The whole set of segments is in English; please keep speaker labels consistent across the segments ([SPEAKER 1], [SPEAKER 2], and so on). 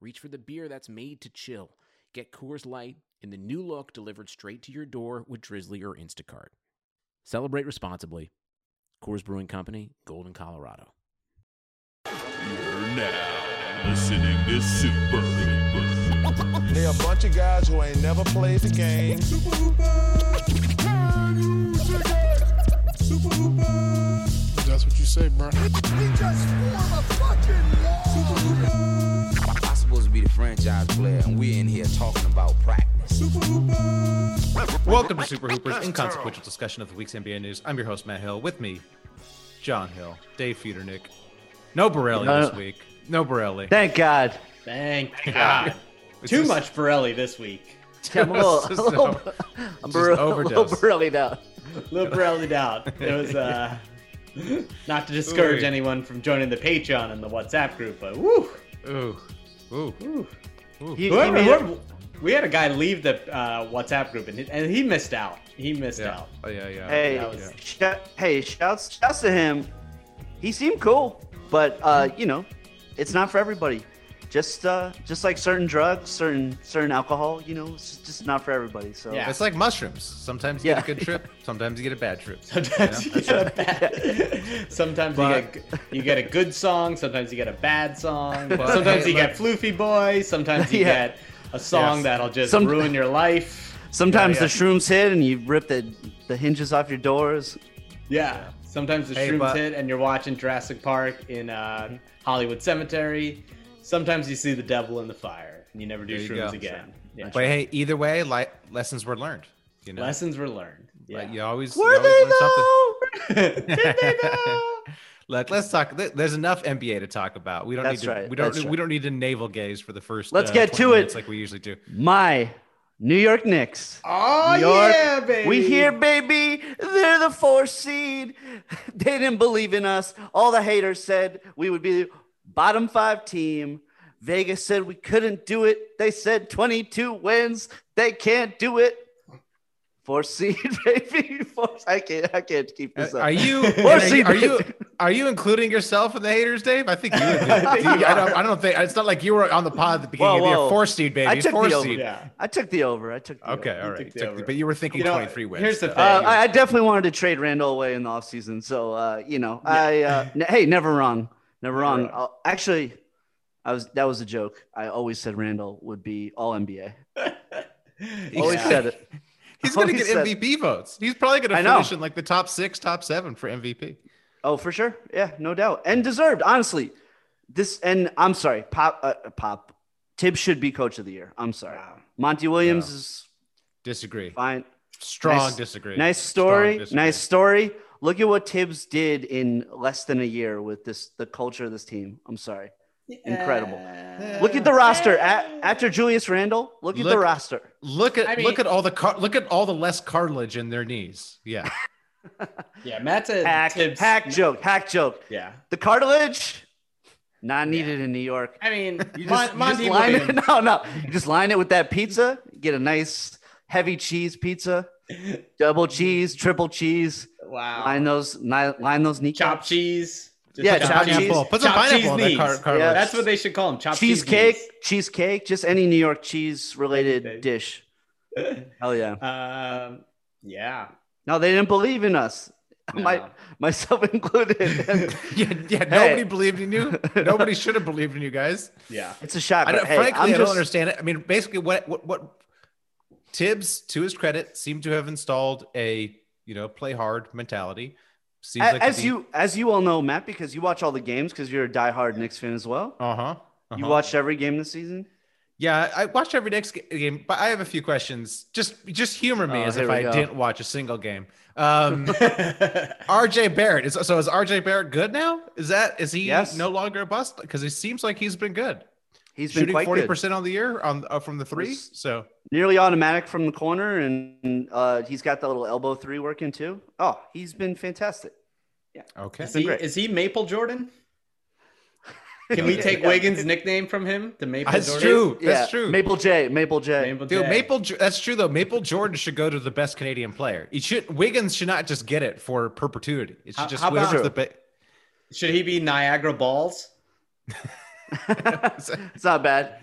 [SPEAKER 1] reach for the beer that's made to chill. Get Coors Light in the new look delivered straight to your door with Drizzly or Instacart. Celebrate responsibly. Coors Brewing Company, Golden, Colorado.
[SPEAKER 2] You're now listening to Super Hooper.
[SPEAKER 3] They're a bunch of guys who ain't never played the game.
[SPEAKER 2] Super Hooper, can you take it? Super Hooper,
[SPEAKER 4] That's what you say, bro.
[SPEAKER 2] we just form a fucking wall. Super Hooper,
[SPEAKER 5] I'm supposed to be the franchise player, and we're in here talking about practice.
[SPEAKER 2] Super Hooper,
[SPEAKER 6] Welcome to Super Hooper's inconsequential discussion of the week's NBA news. I'm your host, Matt Hill. With me, John Hill, Dave Feudernick. No Borelli
[SPEAKER 7] No.
[SPEAKER 6] this week. No Borelli.
[SPEAKER 7] Thank God.
[SPEAKER 8] Thank God.
[SPEAKER 6] It's
[SPEAKER 8] Too
[SPEAKER 6] just-
[SPEAKER 8] much Pirelli this week.
[SPEAKER 7] Yeah, I'm a little,
[SPEAKER 6] This is
[SPEAKER 7] a little,
[SPEAKER 6] over-
[SPEAKER 7] I'm
[SPEAKER 6] just
[SPEAKER 7] bur- a little
[SPEAKER 6] overdose.
[SPEAKER 7] burly now.
[SPEAKER 8] little Pirelli out. It was uh, not to discourage
[SPEAKER 6] Ooh.
[SPEAKER 8] anyone from joining the Patreon and the WhatsApp group, but woo,
[SPEAKER 6] Ooh. Ooh.
[SPEAKER 8] woo.
[SPEAKER 7] He, he
[SPEAKER 8] Whoever,
[SPEAKER 7] made-
[SPEAKER 8] whoever, we had a guy leave the uh, WhatsApp group and he, and he missed out. He missed
[SPEAKER 6] Yeah.
[SPEAKER 8] out.
[SPEAKER 6] Oh, yeah, yeah.
[SPEAKER 7] hey,
[SPEAKER 8] that was-
[SPEAKER 7] shout- hey, shouts, shouts to him. He seemed cool, but uh, you know, it's not for everybody. Just, uh, just like certain drugs, certain, certain alcohol, you know, it's just, just not for everybody. So
[SPEAKER 8] Yeah.
[SPEAKER 6] It's like mushrooms. Sometimes you get
[SPEAKER 7] Yeah.
[SPEAKER 6] a good trip, sometimes you get a bad trip.
[SPEAKER 8] Sometimes
[SPEAKER 6] Yeah,
[SPEAKER 8] you get a bad. Sometimes
[SPEAKER 6] But-
[SPEAKER 8] you get you get a good song. Sometimes you get a bad song.
[SPEAKER 6] But-
[SPEAKER 8] sometimes
[SPEAKER 6] hey,
[SPEAKER 8] you get Floofy Boy. Sometimes you
[SPEAKER 7] Yeah.
[SPEAKER 8] get a song
[SPEAKER 6] Yes.
[SPEAKER 8] that'll just
[SPEAKER 7] Some-
[SPEAKER 8] ruin your life.
[SPEAKER 7] sometimes
[SPEAKER 6] Yeah, yeah.
[SPEAKER 7] the shrooms hit and you rip the, the hinges off your doors.
[SPEAKER 8] Yeah. Sometimes the
[SPEAKER 6] Hey,
[SPEAKER 8] shrooms
[SPEAKER 6] but- Mm-hmm.
[SPEAKER 8] hit and you're watching Jurassic Park in uh, Hollywood Cemetery. Sometimes you see the devil in the fire and you never do
[SPEAKER 6] There you
[SPEAKER 8] shrooms
[SPEAKER 6] go.
[SPEAKER 8] again. Yeah.
[SPEAKER 6] But hey, either way, like lessons were learned. You know,
[SPEAKER 8] Lessons were learned. Yeah.
[SPEAKER 6] like you always you
[SPEAKER 7] Were
[SPEAKER 6] always
[SPEAKER 7] they
[SPEAKER 6] learn something.
[SPEAKER 7] though?
[SPEAKER 8] Did they though?
[SPEAKER 6] Let, let's talk. th- There's enough NBA to talk about. We don't
[SPEAKER 7] That's
[SPEAKER 6] need to.
[SPEAKER 7] right,
[SPEAKER 6] We don't.
[SPEAKER 7] that's
[SPEAKER 6] We
[SPEAKER 7] right.
[SPEAKER 6] don't need to navel gaze for the first.
[SPEAKER 7] Let's
[SPEAKER 6] uh,
[SPEAKER 7] get
[SPEAKER 6] 20
[SPEAKER 7] to it.
[SPEAKER 6] minutes Like we usually do.
[SPEAKER 7] My New York Knicks.
[SPEAKER 8] Oh
[SPEAKER 7] New York.
[SPEAKER 8] yeah, baby.
[SPEAKER 7] We here, baby. They're the four seed. They didn't believe in us. All the haters said we would be the bottom five team. Vegas said we couldn't do it. They said 22 wins. They can't do it. Four seed, baby. Four, I can't. I can't keep
[SPEAKER 6] Uh,
[SPEAKER 7] this up.
[SPEAKER 6] Are you?
[SPEAKER 7] Or
[SPEAKER 6] are, you- are you?
[SPEAKER 7] Seabed.
[SPEAKER 6] Are you including yourself in the haters, Dave? I think you. Would be.
[SPEAKER 7] I think
[SPEAKER 6] You- I,
[SPEAKER 7] you
[SPEAKER 6] don't,
[SPEAKER 7] are.
[SPEAKER 6] I don't think it's not like you were on the pod at the beginning
[SPEAKER 7] Whoa,
[SPEAKER 6] of the year.
[SPEAKER 7] whoa.
[SPEAKER 6] Four seed, baby.
[SPEAKER 7] I
[SPEAKER 6] It's
[SPEAKER 7] took
[SPEAKER 6] four
[SPEAKER 7] the over.
[SPEAKER 6] seed.
[SPEAKER 8] Yeah.
[SPEAKER 7] I took the over. I took the
[SPEAKER 6] Okay,
[SPEAKER 7] Over.
[SPEAKER 6] all
[SPEAKER 8] You
[SPEAKER 6] right.
[SPEAKER 8] took the
[SPEAKER 6] Took
[SPEAKER 8] over.
[SPEAKER 6] the- but you were thinking
[SPEAKER 8] You know,
[SPEAKER 6] 23 wins.
[SPEAKER 8] here's the
[SPEAKER 6] though.
[SPEAKER 8] thing.
[SPEAKER 7] Uh,
[SPEAKER 8] Thank you.
[SPEAKER 7] I I definitely wanted to trade Randall away in the offseason. So, uh, you know, I, uh, n- hey, never wrong. Never wrong.
[SPEAKER 8] wrong.
[SPEAKER 7] I'll- actually, I was, that was a joke. I always said Randall would be all NBA. Always
[SPEAKER 6] Yeah.
[SPEAKER 7] said it.
[SPEAKER 6] He's going to
[SPEAKER 7] Always
[SPEAKER 6] get
[SPEAKER 7] said-
[SPEAKER 6] MVP votes. He's probably going
[SPEAKER 7] I
[SPEAKER 6] to
[SPEAKER 7] know.
[SPEAKER 6] finish in like the top six, top seven for MVP.
[SPEAKER 7] Oh, for sure. Yeah, no doubt. And deserved, honestly. This, and I'm sorry, Pop, uh, Pop, Tibbs should be coach of the year. I'm sorry.
[SPEAKER 8] Wow.
[SPEAKER 7] Monty Williams is
[SPEAKER 6] Disagree.
[SPEAKER 7] fine.
[SPEAKER 6] Strong
[SPEAKER 7] Nice-
[SPEAKER 6] disagree.
[SPEAKER 7] Nice
[SPEAKER 6] Strong
[SPEAKER 7] story.
[SPEAKER 6] disagree.
[SPEAKER 7] Nice story. Look at what Tibbs did in less than a year with this, the culture of this team. I'm sorry. Incredible. Look at the roster at, after Julius Randle. Look at the
[SPEAKER 6] Look-
[SPEAKER 7] roster.
[SPEAKER 6] Look at
[SPEAKER 8] I mean-
[SPEAKER 6] look at all the car- look at all the less cartilage in their knees. Yeah.
[SPEAKER 8] Yeah, Matt's a
[SPEAKER 7] Hack,
[SPEAKER 8] Tibbs-
[SPEAKER 7] hack joke, hack joke.
[SPEAKER 8] Yeah.
[SPEAKER 7] The cartilage, not needed in New York.
[SPEAKER 8] I mean, Mon-
[SPEAKER 7] You just, you just
[SPEAKER 8] Monty
[SPEAKER 7] line
[SPEAKER 8] Williams.
[SPEAKER 7] it. No, no. You just line it with that pizza. Get a nice heavy cheese pizza, double cheese, triple cheese.
[SPEAKER 8] Wow.
[SPEAKER 7] Line those, ni- line those
[SPEAKER 8] Chop
[SPEAKER 7] kneecaps.
[SPEAKER 8] cheese. Just
[SPEAKER 7] Yeah,
[SPEAKER 8] chop
[SPEAKER 7] chopped cheese.
[SPEAKER 6] Pineapple. Put some
[SPEAKER 8] Chopped
[SPEAKER 6] pineapple on
[SPEAKER 8] cheese
[SPEAKER 6] that car-
[SPEAKER 8] knees.
[SPEAKER 6] cartilage.
[SPEAKER 7] Yeah.
[SPEAKER 8] That's what they should call them. Chopped cheese
[SPEAKER 7] Cheesecake,
[SPEAKER 8] knees.
[SPEAKER 7] cheesecake, just any New York cheese related
[SPEAKER 8] Anything.
[SPEAKER 7] dish. Hell yeah.
[SPEAKER 8] Um, yeah.
[SPEAKER 7] No, they didn't believe in us.
[SPEAKER 8] No.
[SPEAKER 7] My, myself included.
[SPEAKER 6] yeah, yeah. Nobody believed in you. Nobody should have believed in you guys.
[SPEAKER 8] Yeah.
[SPEAKER 7] It's a shock.
[SPEAKER 6] I don't,
[SPEAKER 7] but hey,
[SPEAKER 6] frankly,
[SPEAKER 7] I'm
[SPEAKER 6] I don't
[SPEAKER 7] just-
[SPEAKER 6] understand it. I mean, basically, what what what Tibbs, to his credit, seemed to have installed a you know play hard mentality. Seems
[SPEAKER 7] A-
[SPEAKER 6] like
[SPEAKER 7] as you as you all know, Matt, because you watch all the games because you're a diehard Knicks fan as well.
[SPEAKER 6] uh huh.
[SPEAKER 7] You watched every game this season.
[SPEAKER 6] Yeah, I watched every Knicks ga- game, but I have a few questions. Just just humor me
[SPEAKER 7] Oh,
[SPEAKER 6] as
[SPEAKER 7] here
[SPEAKER 6] if
[SPEAKER 7] we
[SPEAKER 6] I
[SPEAKER 7] go.
[SPEAKER 6] didn't watch a single game. Um, RJ Barrett is so is RJ Barrett good now? Is that is he
[SPEAKER 7] Yes.
[SPEAKER 6] no longer a bust? Because he seems like he's been good.
[SPEAKER 7] He's been
[SPEAKER 6] shooting
[SPEAKER 7] quite
[SPEAKER 6] forty
[SPEAKER 7] good.
[SPEAKER 6] percent on the year on uh, from the three.
[SPEAKER 7] Was-
[SPEAKER 6] So
[SPEAKER 7] nearly automatic from the corner, and uh, he's got that little elbow three working too. Oh, he's been fantastic.
[SPEAKER 6] okay,
[SPEAKER 8] Is he,
[SPEAKER 7] great.
[SPEAKER 8] is he Maple Jordan? Can we take
[SPEAKER 7] Yeah.
[SPEAKER 8] Wiggins' nickname from him? The Maple
[SPEAKER 6] that's
[SPEAKER 8] Jordan.
[SPEAKER 6] true.
[SPEAKER 7] yeah,
[SPEAKER 6] That's true.
[SPEAKER 7] Maple J, Maple J.
[SPEAKER 8] Maple
[SPEAKER 6] Dude,
[SPEAKER 8] Jack.
[SPEAKER 6] Maple. Jo- That's true though. Maple Jordan should go to the best Canadian player. It should. Wiggins should not just get it for perpetuity. It should
[SPEAKER 8] How-
[SPEAKER 6] just
[SPEAKER 8] how
[SPEAKER 6] switch
[SPEAKER 8] about-
[SPEAKER 6] to the. Ba-
[SPEAKER 8] Should he be Niagara Balls?
[SPEAKER 7] it's not bad.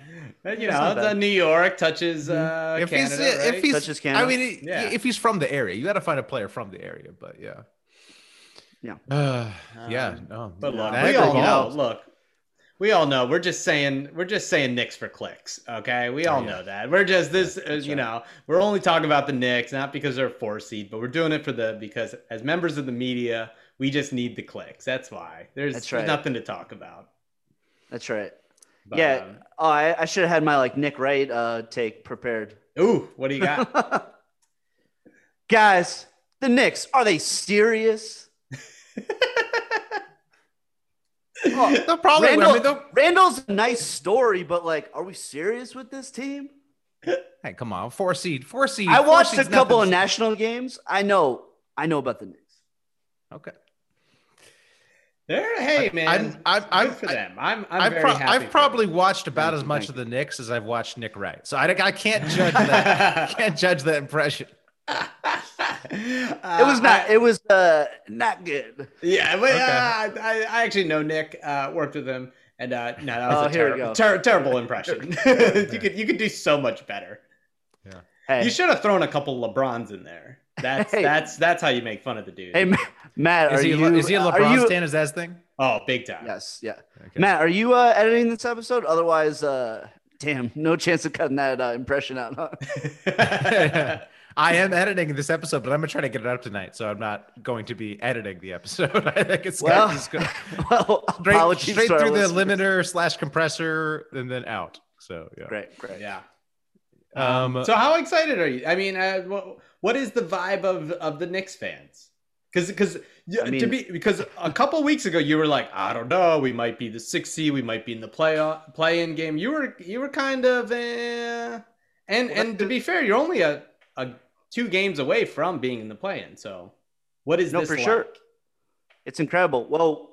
[SPEAKER 8] Uh, You
[SPEAKER 7] That's
[SPEAKER 8] know,
[SPEAKER 7] not
[SPEAKER 8] the
[SPEAKER 7] bad.
[SPEAKER 8] New York touches uh,
[SPEAKER 6] if
[SPEAKER 8] Canada.
[SPEAKER 6] he's
[SPEAKER 8] right?
[SPEAKER 6] if he's
[SPEAKER 7] Such as Canada.
[SPEAKER 6] I mean, he-
[SPEAKER 8] Yeah.
[SPEAKER 6] if he's from the area, you got to find a player from the area. But yeah,
[SPEAKER 7] Yeah.
[SPEAKER 6] Uh, yeah.
[SPEAKER 8] Um,
[SPEAKER 6] No,
[SPEAKER 8] But look, we
[SPEAKER 6] Niagara
[SPEAKER 8] all know.
[SPEAKER 6] Falls.
[SPEAKER 8] Look, we all know. We're just saying. We're just saying Knicks for clicks. Okay, we all
[SPEAKER 6] yeah.
[SPEAKER 8] know that. We're just this. uh, you know, we're only talking about the Knicks, not because they're a four seed, but we're doing it for the because as members of the media, we just need the clicks. That's why. There's,
[SPEAKER 7] That's
[SPEAKER 8] there's
[SPEAKER 7] right.
[SPEAKER 8] nothing to talk about.
[SPEAKER 7] That's right.
[SPEAKER 8] But, um,
[SPEAKER 7] yeah. oh, I, I should have had my like Nick Wright uh, take prepared.
[SPEAKER 8] um, ooh, what do you got?
[SPEAKER 7] Guys, the Knicks are they serious? Oh,
[SPEAKER 6] they'll probably.
[SPEAKER 7] Randall-
[SPEAKER 6] I mean, they'll-
[SPEAKER 7] Randall's a nice story, but like, are we serious with this team?
[SPEAKER 6] hey, come on, four seed, four seed.
[SPEAKER 7] I
[SPEAKER 6] four
[SPEAKER 7] watched a
[SPEAKER 6] seed's
[SPEAKER 7] couple of
[SPEAKER 6] nothing.
[SPEAKER 7] national games. I know, I know about the Knicks.
[SPEAKER 6] Okay.
[SPEAKER 8] There, hey
[SPEAKER 6] I-
[SPEAKER 8] man,
[SPEAKER 6] I'm- I'm-
[SPEAKER 8] good
[SPEAKER 6] I'm-
[SPEAKER 8] for
[SPEAKER 6] I-
[SPEAKER 8] them. I'm, I'm
[SPEAKER 6] I've,
[SPEAKER 8] very
[SPEAKER 6] pro-
[SPEAKER 8] happy.
[SPEAKER 6] I've probably watched about
[SPEAKER 7] Thank
[SPEAKER 6] as
[SPEAKER 7] you,
[SPEAKER 6] much
[SPEAKER 7] thank
[SPEAKER 6] of the Knicks as I've watched Nick Wright, so I, I can't
[SPEAKER 8] for
[SPEAKER 6] judge that. I
[SPEAKER 8] them.
[SPEAKER 6] can't judge that impression.
[SPEAKER 8] Uh,
[SPEAKER 7] It was
[SPEAKER 8] not.
[SPEAKER 7] not. It was uh, not good.
[SPEAKER 8] Yeah, but
[SPEAKER 6] Okay.
[SPEAKER 8] uh, I, I actually know Nick. Uh, worked with him, and uh, no, that was
[SPEAKER 7] Oh,
[SPEAKER 8] a
[SPEAKER 7] here we
[SPEAKER 8] terrible,
[SPEAKER 7] go.
[SPEAKER 8] ter- terrible impression. you could you could do so much better.
[SPEAKER 7] Hey,
[SPEAKER 8] You should have thrown a couple LeBrons in there. That's
[SPEAKER 7] Hey.
[SPEAKER 8] that's that's how you make fun of the dude.
[SPEAKER 7] hey, Ma- Matt,
[SPEAKER 6] Is
[SPEAKER 7] are
[SPEAKER 6] he, a
[SPEAKER 7] you?
[SPEAKER 6] Le- is he a
[SPEAKER 7] are
[SPEAKER 6] LeBron
[SPEAKER 7] you-
[SPEAKER 6] stan? Is that his thing?
[SPEAKER 8] Oh, big time.
[SPEAKER 7] Yes, yeah.
[SPEAKER 6] Okay.
[SPEAKER 7] Matt, are you uh, editing this episode? Otherwise, uh, damn, no chance of cutting that uh, impression out. huh?
[SPEAKER 6] I am editing this episode, but I'm gonna try to get it up tonight, so I'm not going to be editing the episode. I think it's
[SPEAKER 7] Well,
[SPEAKER 6] gonna, just go
[SPEAKER 7] well,
[SPEAKER 6] straight,
[SPEAKER 7] apologies
[SPEAKER 6] straight
[SPEAKER 7] to our
[SPEAKER 6] through the
[SPEAKER 7] listeners.
[SPEAKER 6] limiter slash compressor and then out. So yeah.
[SPEAKER 7] Great, great.
[SPEAKER 8] yeah.
[SPEAKER 6] Um,
[SPEAKER 8] So how excited are you? I mean, uh, what what is the vibe of of the Knicks fans? Because because
[SPEAKER 7] I
[SPEAKER 8] to
[SPEAKER 7] mean-
[SPEAKER 8] be because a couple weeks ago you were like, I don't know, we might be the sixth seed, we might be in the play play in game. You were you were kind of, eh. and and to be fair, you're only a, a two games away from being in the play in. So what is
[SPEAKER 7] No,
[SPEAKER 8] this
[SPEAKER 7] for
[SPEAKER 8] like?
[SPEAKER 7] sure. It's incredible. Well,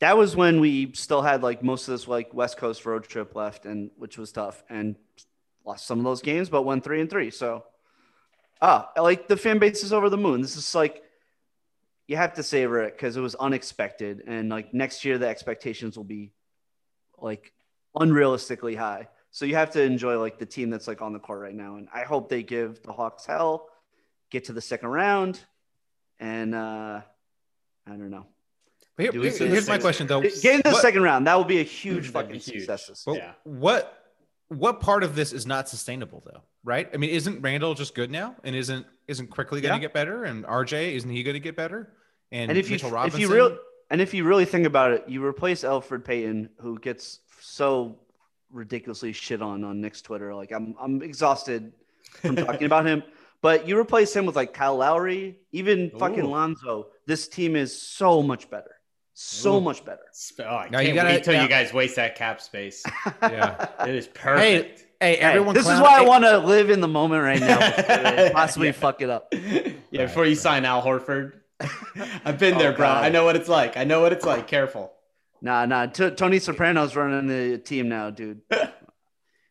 [SPEAKER 7] that was when we still had like most of this like West Coast road trip left, and which was tough, and lost some of those games, but won three and three. So, ah, like the fan base is over the moon. This is like you have to savor it because it was unexpected, and like next year the expectations will be like unrealistically high. So you have to enjoy like the team that's like on the court right now, and I hope they give the Hawks hell, get to the second round, and uh, I don't know.
[SPEAKER 6] here-
[SPEAKER 7] do we
[SPEAKER 6] here-
[SPEAKER 7] see the
[SPEAKER 6] here's my
[SPEAKER 8] sixth?
[SPEAKER 6] question though.
[SPEAKER 7] Get into the
[SPEAKER 6] What-
[SPEAKER 7] second round. That would be a
[SPEAKER 8] That'd
[SPEAKER 7] huge fucking
[SPEAKER 8] be huge.
[SPEAKER 7] success.
[SPEAKER 6] Well,
[SPEAKER 8] Yeah.
[SPEAKER 6] What what part of this is not sustainable though, right? I mean, isn't Randall just good now, and isn't isn't quickly going to
[SPEAKER 8] Yeah.
[SPEAKER 6] get better, and RJ isn't he going to get better? And,
[SPEAKER 7] And if you
[SPEAKER 6] Mitchell
[SPEAKER 7] if
[SPEAKER 6] Robinson,
[SPEAKER 7] you real and if you really think about it, you replace Alfred Payton, who gets so ridiculously shit on on Nick's Twitter. Like I'm I'm exhausted from talking about him. But you replace him with like Kyle Lowry, even fucking
[SPEAKER 8] Ooh.
[SPEAKER 7] Lonzo. This team is so much better, so
[SPEAKER 6] Ooh.
[SPEAKER 7] much better.
[SPEAKER 8] Sp- Oh, I
[SPEAKER 6] Now
[SPEAKER 8] can't
[SPEAKER 6] you gotta-
[SPEAKER 8] wait till
[SPEAKER 6] now-
[SPEAKER 8] you guys waste that cap space.
[SPEAKER 6] yeah.
[SPEAKER 8] It is perfect.
[SPEAKER 6] Hey,
[SPEAKER 7] Hey,
[SPEAKER 6] everyone.
[SPEAKER 7] this is
[SPEAKER 6] clown-
[SPEAKER 7] why I
[SPEAKER 6] hey,
[SPEAKER 7] want to live in the moment right now, before they possibly
[SPEAKER 8] Yeah.
[SPEAKER 7] fuck it up.
[SPEAKER 8] yeah,
[SPEAKER 6] Right,
[SPEAKER 8] before you
[SPEAKER 6] right.
[SPEAKER 8] sign Al Horford. I've been
[SPEAKER 7] Oh,
[SPEAKER 8] there, bro.
[SPEAKER 7] God.
[SPEAKER 8] I know what it's like. I know what it's like. Careful.
[SPEAKER 7] Nah, nah. T- Tony Soprano's running the team now, dude.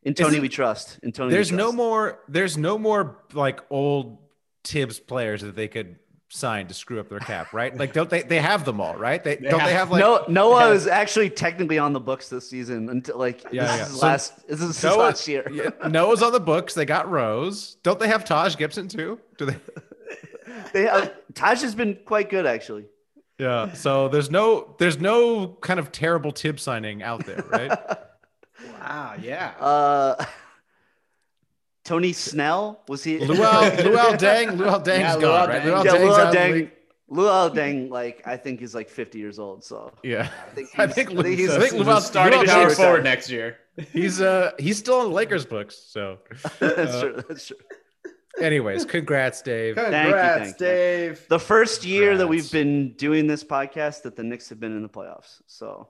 [SPEAKER 7] In Tony,
[SPEAKER 6] Isn't-
[SPEAKER 7] we trust. In Tony, we
[SPEAKER 6] There's no
[SPEAKER 7] trust.
[SPEAKER 6] more. There's no more like old Tibbs players that they could sign to screw up their cap, right? Like, don't they? They have them all, right? They,
[SPEAKER 8] They
[SPEAKER 6] don't they
[SPEAKER 8] have-
[SPEAKER 6] have like
[SPEAKER 7] no, Noah is actually technically on the books this season until like
[SPEAKER 6] Yeah,
[SPEAKER 7] this
[SPEAKER 6] yeah.
[SPEAKER 7] is his
[SPEAKER 6] So-
[SPEAKER 7] last. this is his
[SPEAKER 6] Noah-
[SPEAKER 7] last year.
[SPEAKER 6] Yeah, Noah's on the books. They got Rose. Don't they have Taj Gibson too? Do they?
[SPEAKER 7] They have, Taj has been quite good actually.
[SPEAKER 6] Yeah. So there's no there's no kind of terrible Tibbs signing out there, right?
[SPEAKER 8] Wow. Yeah.
[SPEAKER 7] Uh, Tony Snell was he?
[SPEAKER 6] Luau Luau Dang Luau Dang's
[SPEAKER 8] Yeah,
[SPEAKER 6] gone,
[SPEAKER 8] Luau
[SPEAKER 6] right?
[SPEAKER 8] Deng.
[SPEAKER 6] Luau Deng's
[SPEAKER 7] yeah,
[SPEAKER 6] out
[SPEAKER 7] Luau
[SPEAKER 6] of the
[SPEAKER 7] Deng.
[SPEAKER 6] league.
[SPEAKER 7] Luau Deng, like I think is like 50 years old. So
[SPEAKER 6] Yeah.
[SPEAKER 7] I think
[SPEAKER 6] I
[SPEAKER 7] he's-
[SPEAKER 6] think,
[SPEAKER 7] I think he's-
[SPEAKER 6] I think Luau,
[SPEAKER 8] starting
[SPEAKER 6] Luau
[SPEAKER 8] power
[SPEAKER 6] Deng's-
[SPEAKER 8] forward next year.
[SPEAKER 6] He's uh he's still on Lakers books. So,
[SPEAKER 7] that's
[SPEAKER 6] Uh,
[SPEAKER 7] true. That's true.
[SPEAKER 6] anyways, congrats, Dave.
[SPEAKER 7] Congrats, thank you.
[SPEAKER 8] Dave.
[SPEAKER 7] The first year that
[SPEAKER 6] Congrats.
[SPEAKER 7] we've been doing this podcast, that the Knicks have been in the playoffs. So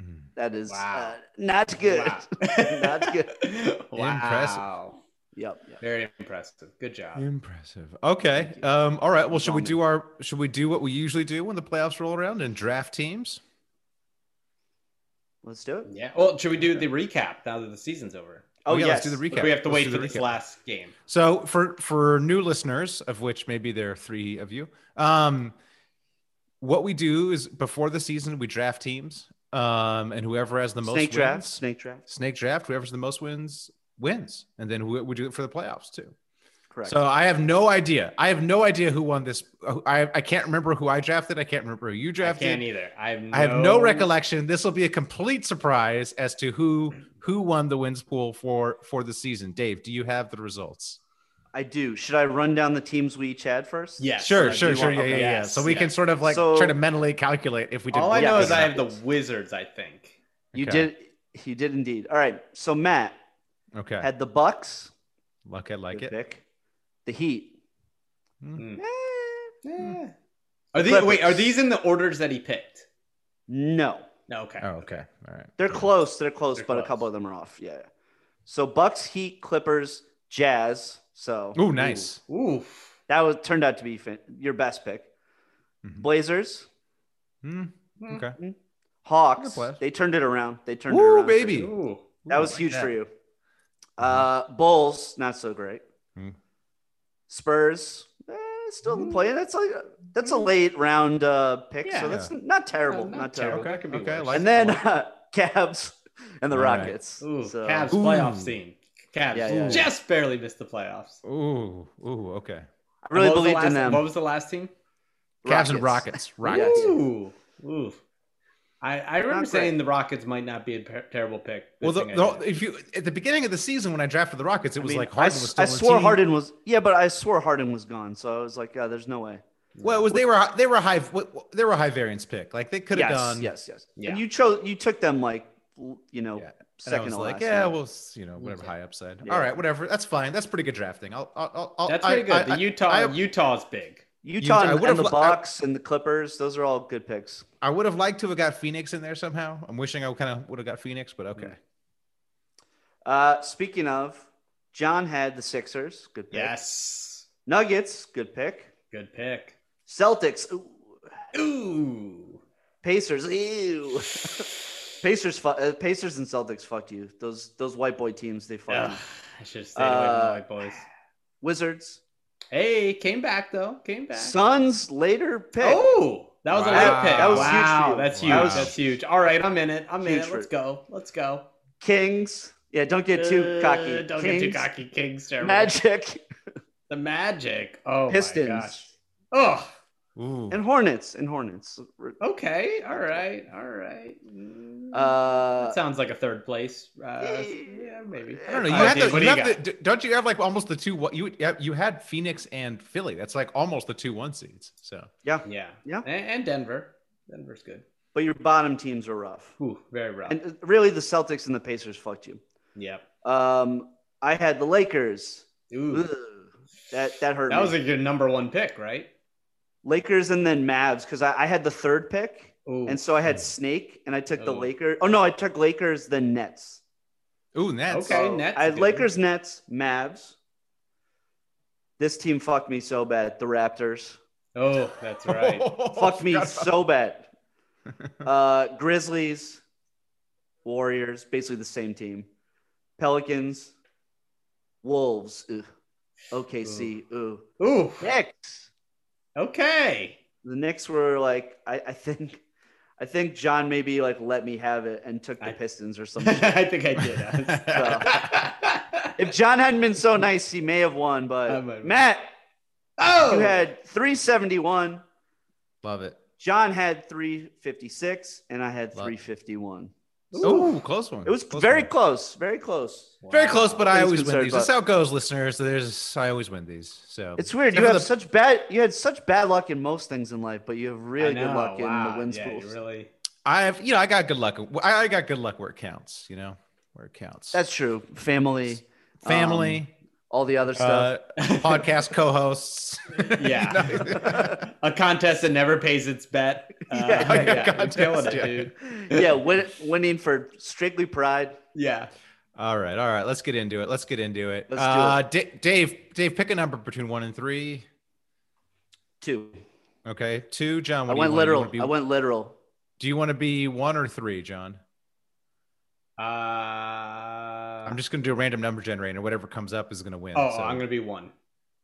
[SPEAKER 6] Mm-hmm.
[SPEAKER 7] That is
[SPEAKER 8] Wow.
[SPEAKER 7] uh, not good. That's
[SPEAKER 8] good. wow.
[SPEAKER 6] Impressive.
[SPEAKER 7] Yep. yep.
[SPEAKER 8] Very impressive. Good job.
[SPEAKER 6] Impressive. Okay. Um, all right. Well, should we
[SPEAKER 7] Bummer.
[SPEAKER 6] do our should we do what we usually do when the playoffs roll around and draft teams?
[SPEAKER 7] Let's do it.
[SPEAKER 8] Yeah. Well, should we do the recap now that the season's over?
[SPEAKER 7] Oh,
[SPEAKER 6] yeah, let's
[SPEAKER 7] yes.
[SPEAKER 6] do the recap.
[SPEAKER 8] we have to
[SPEAKER 6] Let's
[SPEAKER 8] wait
[SPEAKER 6] do
[SPEAKER 8] for
[SPEAKER 6] the
[SPEAKER 8] this
[SPEAKER 6] recap.
[SPEAKER 8] last game.
[SPEAKER 6] So for for new listeners, of which maybe there are three of you, um, what we do is before the season we draft teams, um, and whoever has the most
[SPEAKER 7] snake
[SPEAKER 6] wins,
[SPEAKER 7] draft. Snake draft.
[SPEAKER 6] snake draft, whoever's the most wins wins, and then we, we do it for the playoffs too.
[SPEAKER 7] Correct.
[SPEAKER 6] So I have no idea. I have no idea who won this. I I can't remember who I drafted. I can't remember who you
[SPEAKER 8] I
[SPEAKER 6] drafted.
[SPEAKER 8] can't either. I have no,
[SPEAKER 6] I have no recollection. This will be a complete surprise as to who who won the wins pool for for the season. Dave, do you have the results?
[SPEAKER 7] I do. Should I run down the teams we each had first?
[SPEAKER 8] Yes.
[SPEAKER 6] Sure,
[SPEAKER 8] I do
[SPEAKER 6] sure,
[SPEAKER 8] want-
[SPEAKER 6] sure. Yeah, yeah,
[SPEAKER 8] okay,
[SPEAKER 6] yeah.
[SPEAKER 8] yes,
[SPEAKER 6] So we
[SPEAKER 8] yes.
[SPEAKER 6] can sort of like
[SPEAKER 7] So-
[SPEAKER 6] try to mentally calculate if we did.
[SPEAKER 8] All I
[SPEAKER 6] well
[SPEAKER 8] know
[SPEAKER 6] or
[SPEAKER 8] is I
[SPEAKER 6] not.
[SPEAKER 8] have the Wizards. I think.
[SPEAKER 7] You
[SPEAKER 6] Okay.
[SPEAKER 7] did. You did indeed. All right. So Matt
[SPEAKER 6] Okay.
[SPEAKER 7] had the Bucks.
[SPEAKER 6] Luck, I like
[SPEAKER 7] Good
[SPEAKER 6] it.
[SPEAKER 7] pick. The Heat.
[SPEAKER 8] Mm.
[SPEAKER 7] Eh,
[SPEAKER 8] Yeah. Are these
[SPEAKER 7] Clippers.
[SPEAKER 8] wait? Are these in the orders that he picked?
[SPEAKER 7] No,
[SPEAKER 8] No. Okay.
[SPEAKER 6] Oh, okay. All right.
[SPEAKER 7] they're close. They're close,
[SPEAKER 8] They're
[SPEAKER 7] but
[SPEAKER 8] close.
[SPEAKER 7] a couple of them are off. Yeah. So Bucks, Heat, Clippers, Jazz. So
[SPEAKER 6] Ooh, nice.
[SPEAKER 8] Oof.
[SPEAKER 7] that was turned out to be fin- your best pick.
[SPEAKER 6] Mhm.
[SPEAKER 7] Blazers,
[SPEAKER 6] Mm, Okay.
[SPEAKER 7] Hawks.
[SPEAKER 6] Good play.
[SPEAKER 7] They turned it around. They turned it
[SPEAKER 6] Woo,
[SPEAKER 7] around. for
[SPEAKER 6] baby.
[SPEAKER 7] you.
[SPEAKER 8] Ooh.
[SPEAKER 7] That was
[SPEAKER 6] like
[SPEAKER 7] huge
[SPEAKER 6] that. Mm-hmm.
[SPEAKER 7] for you. Uh, Bulls, not so great.
[SPEAKER 6] Mm.
[SPEAKER 7] Spurs, eh, still
[SPEAKER 6] Mm-hmm.
[SPEAKER 7] in the play. That's like that's a late round uh, pick,
[SPEAKER 8] Yeah.
[SPEAKER 7] so that's not terrible.
[SPEAKER 8] Oh, No,
[SPEAKER 7] not,
[SPEAKER 8] not
[SPEAKER 7] terrible.
[SPEAKER 6] Okay.
[SPEAKER 8] terrible. That could be
[SPEAKER 6] okay. I
[SPEAKER 8] worse.
[SPEAKER 6] like
[SPEAKER 7] And
[SPEAKER 6] it.
[SPEAKER 7] then uh, Cavs and the
[SPEAKER 6] All right.
[SPEAKER 7] Rockets.
[SPEAKER 8] Ooh.
[SPEAKER 7] So-
[SPEAKER 8] Cavs
[SPEAKER 6] Ooh.
[SPEAKER 8] playoff scene. Cavs
[SPEAKER 7] Yeah, yeah.
[SPEAKER 8] just barely missed the playoffs.
[SPEAKER 6] Ooh. Ooh. Okay.
[SPEAKER 7] I really
[SPEAKER 8] And what was the
[SPEAKER 7] believed in
[SPEAKER 8] last-
[SPEAKER 7] them.
[SPEAKER 8] What was the last team?
[SPEAKER 6] Cavs and Rockets. Rockets.
[SPEAKER 7] Yes.
[SPEAKER 8] Ooh. Ooh. I, I remember
[SPEAKER 7] Not great.
[SPEAKER 8] saying the Rockets might not be a per- terrible pick.
[SPEAKER 6] Well, the,
[SPEAKER 8] Good thing I
[SPEAKER 6] the,
[SPEAKER 8] did.
[SPEAKER 6] if you at the beginning of the season when I drafted the Rockets, it was
[SPEAKER 7] I mean,
[SPEAKER 6] like
[SPEAKER 7] I,
[SPEAKER 6] Harden
[SPEAKER 7] s-
[SPEAKER 6] was still
[SPEAKER 7] I
[SPEAKER 6] on the
[SPEAKER 7] swore
[SPEAKER 6] team.
[SPEAKER 7] Harden was yeah, but I swore Harden was gone. So I was like, yeah, there's no way.
[SPEAKER 6] Well, it was they were they were high they were a high variance pick. Like they could have
[SPEAKER 7] yes,
[SPEAKER 6] done.
[SPEAKER 7] yes, yes,
[SPEAKER 8] Yeah.
[SPEAKER 7] And you chose you took them like l- you know
[SPEAKER 6] Yeah. And I
[SPEAKER 7] second
[SPEAKER 6] was
[SPEAKER 7] to
[SPEAKER 6] like,
[SPEAKER 7] last.
[SPEAKER 6] yeah,
[SPEAKER 7] round.
[SPEAKER 6] well, s- you know, whatever, high upside.
[SPEAKER 7] Yeah.
[SPEAKER 6] All right, whatever. That's fine. That's pretty good drafting. I'll, I'll, I'll- I'll.
[SPEAKER 8] That's
[SPEAKER 6] I-
[SPEAKER 8] pretty good.
[SPEAKER 6] I-
[SPEAKER 8] the
[SPEAKER 6] I-
[SPEAKER 8] Utah
[SPEAKER 6] I-
[SPEAKER 8] Utah's big.
[SPEAKER 7] Utah
[SPEAKER 6] I
[SPEAKER 7] and,
[SPEAKER 6] would've
[SPEAKER 7] and the
[SPEAKER 6] li- I-
[SPEAKER 7] Bucks and the Clippers, those are all good picks.
[SPEAKER 6] I would have liked to have got Phoenix in there somehow. I'm wishing I kind of would have got Phoenix, but okay.
[SPEAKER 7] Uh, speaking of, John had the Sixers, good pick.
[SPEAKER 8] Yes.
[SPEAKER 7] Nuggets, good pick.
[SPEAKER 8] Good pick.
[SPEAKER 7] Celtics, ooh.
[SPEAKER 8] Ooh.
[SPEAKER 7] Pacers, ew. Pacers, fu- uh, Pacers and Celtics, fucked you. Those those white boy teams, they fucked you.
[SPEAKER 8] Ugh, I should have stayed away from the
[SPEAKER 7] Uh,
[SPEAKER 8] white boys.
[SPEAKER 7] Wizards,
[SPEAKER 8] Hey, came back though. Came back.
[SPEAKER 7] Suns, later pick.
[SPEAKER 8] Oh, that was a late
[SPEAKER 7] Wow.
[SPEAKER 8] pick.
[SPEAKER 7] That was huge for
[SPEAKER 8] wow,
[SPEAKER 7] you.
[SPEAKER 8] that's huge.
[SPEAKER 6] Wow.
[SPEAKER 8] That's huge. All right, I'm in it. I'm in
[SPEAKER 7] Huge
[SPEAKER 8] it.
[SPEAKER 7] for
[SPEAKER 8] Let's
[SPEAKER 7] you.
[SPEAKER 8] go. Let's go.
[SPEAKER 7] Kings, yeah, don't get too
[SPEAKER 8] Uh,
[SPEAKER 7] cocky.
[SPEAKER 8] Don't
[SPEAKER 7] Kings,
[SPEAKER 8] get too cocky. Kings. Terrible.
[SPEAKER 7] Magic,
[SPEAKER 8] The Magic. Oh,
[SPEAKER 7] Pistons,
[SPEAKER 8] My gosh. Oh,
[SPEAKER 6] Ooh.
[SPEAKER 7] Mm. and Hornets, and Hornets.
[SPEAKER 8] Mm-hmm. okay. All right. All right. Mm,
[SPEAKER 7] Uh,
[SPEAKER 8] that sounds like a third place. Uh, yeah, maybe.
[SPEAKER 6] I don't know. You
[SPEAKER 8] Uh,
[SPEAKER 6] had
[SPEAKER 8] Dave,
[SPEAKER 6] the,
[SPEAKER 8] what do
[SPEAKER 6] you
[SPEAKER 8] you
[SPEAKER 6] have
[SPEAKER 8] got?
[SPEAKER 6] the, d- don't you have like almost the two? What you yeah, you had Phoenix and Philly. That's like almost the two one seeds. So
[SPEAKER 7] yeah,
[SPEAKER 8] Yeah.
[SPEAKER 7] Yeah.
[SPEAKER 8] A- And, Denver. Denver's good.
[SPEAKER 7] but your bottom teams are rough.
[SPEAKER 8] Ooh, very rough.
[SPEAKER 7] And uh, really, the Celtics and the Pacers fucked you.
[SPEAKER 8] yep.
[SPEAKER 7] Um, I had the Lakers.
[SPEAKER 8] Ooh.
[SPEAKER 7] Ugh, that that hurt.
[SPEAKER 8] that
[SPEAKER 7] me.
[SPEAKER 8] was like your number one pick, right?
[SPEAKER 7] Lakers and then Mavs because I, I had the third pick,
[SPEAKER 8] Ooh.
[SPEAKER 7] and so I had Snake, and I took the
[SPEAKER 8] Oh.
[SPEAKER 7] Lakers. Oh no, I took Lakers then Nets.
[SPEAKER 6] ooh, Nets.
[SPEAKER 8] Okay, Nets.
[SPEAKER 7] I had
[SPEAKER 8] dude.
[SPEAKER 7] Lakers, Nets, Mavs. This team fucked me so bad. The Raptors
[SPEAKER 8] Oh, that's right.
[SPEAKER 7] fucked me
[SPEAKER 8] Oh,
[SPEAKER 7] so bad. Uh, Grizzlies, Warriors, basically the same team. Pelicans, Wolves, ugh. OKC, ooh.
[SPEAKER 8] Ooh.
[SPEAKER 7] Knicks.
[SPEAKER 8] Okay.
[SPEAKER 7] the Knicks were like, I, I think, I think John maybe like let me have it and took the
[SPEAKER 8] I-
[SPEAKER 7] Pistons or something.
[SPEAKER 8] I think I did.
[SPEAKER 7] if John hadn't been so nice, he may have won.
[SPEAKER 8] I
[SPEAKER 7] But
[SPEAKER 8] might have.
[SPEAKER 7] Matt,
[SPEAKER 8] oh,
[SPEAKER 7] you had 371.
[SPEAKER 6] Love it.
[SPEAKER 7] John had 356, and I had
[SPEAKER 6] Love.
[SPEAKER 7] 351.
[SPEAKER 6] Ooh, close one.
[SPEAKER 7] It was
[SPEAKER 6] Close
[SPEAKER 7] very
[SPEAKER 6] one.
[SPEAKER 7] close, very close.
[SPEAKER 6] Very close, but I
[SPEAKER 7] Things
[SPEAKER 6] always win
[SPEAKER 7] concerned,
[SPEAKER 6] these. That's
[SPEAKER 7] but-
[SPEAKER 6] how it goes, listeners. There's I always win these. So
[SPEAKER 7] It's weird.
[SPEAKER 6] Except
[SPEAKER 7] you
[SPEAKER 6] for
[SPEAKER 7] have
[SPEAKER 6] the-
[SPEAKER 7] such bad, you had such bad luck in most things in life, but you have
[SPEAKER 8] I
[SPEAKER 7] really good
[SPEAKER 8] know,
[SPEAKER 7] luck in
[SPEAKER 8] wow,
[SPEAKER 7] the wins
[SPEAKER 8] yeah, you
[SPEAKER 7] pools.
[SPEAKER 8] Really,
[SPEAKER 6] I've you know I got good luck. I, I got good luck where it counts. You know where it counts.
[SPEAKER 7] That's true. Family,
[SPEAKER 6] family.
[SPEAKER 7] um, all the other stuff.
[SPEAKER 6] uh, podcast co-hosts.
[SPEAKER 8] Yeah. a contest that never pays its bet. Uh,
[SPEAKER 6] Yeah, like a
[SPEAKER 8] you're
[SPEAKER 6] contest,
[SPEAKER 8] killing it,
[SPEAKER 6] yeah.
[SPEAKER 8] dude.
[SPEAKER 7] yeah, win, winning for strictly pride.
[SPEAKER 8] Yeah.
[SPEAKER 6] all right, all right. Let's get into it. Let's get into it.
[SPEAKER 7] Let's do
[SPEAKER 6] uh, Da- Dave, Dave, pick a number between one and three.
[SPEAKER 7] Two.
[SPEAKER 6] Okay, two. John, what do
[SPEAKER 7] I
[SPEAKER 6] you
[SPEAKER 7] went
[SPEAKER 6] want? You
[SPEAKER 7] literal.
[SPEAKER 6] wanna be-
[SPEAKER 7] I went literal.
[SPEAKER 6] Do you want to be one or three, John?
[SPEAKER 8] Uh,
[SPEAKER 7] Uh,
[SPEAKER 6] I'm just gonna do a random number generator. Whatever comes up is gonna win.
[SPEAKER 8] oh,
[SPEAKER 6] so-
[SPEAKER 8] I'm going to be one.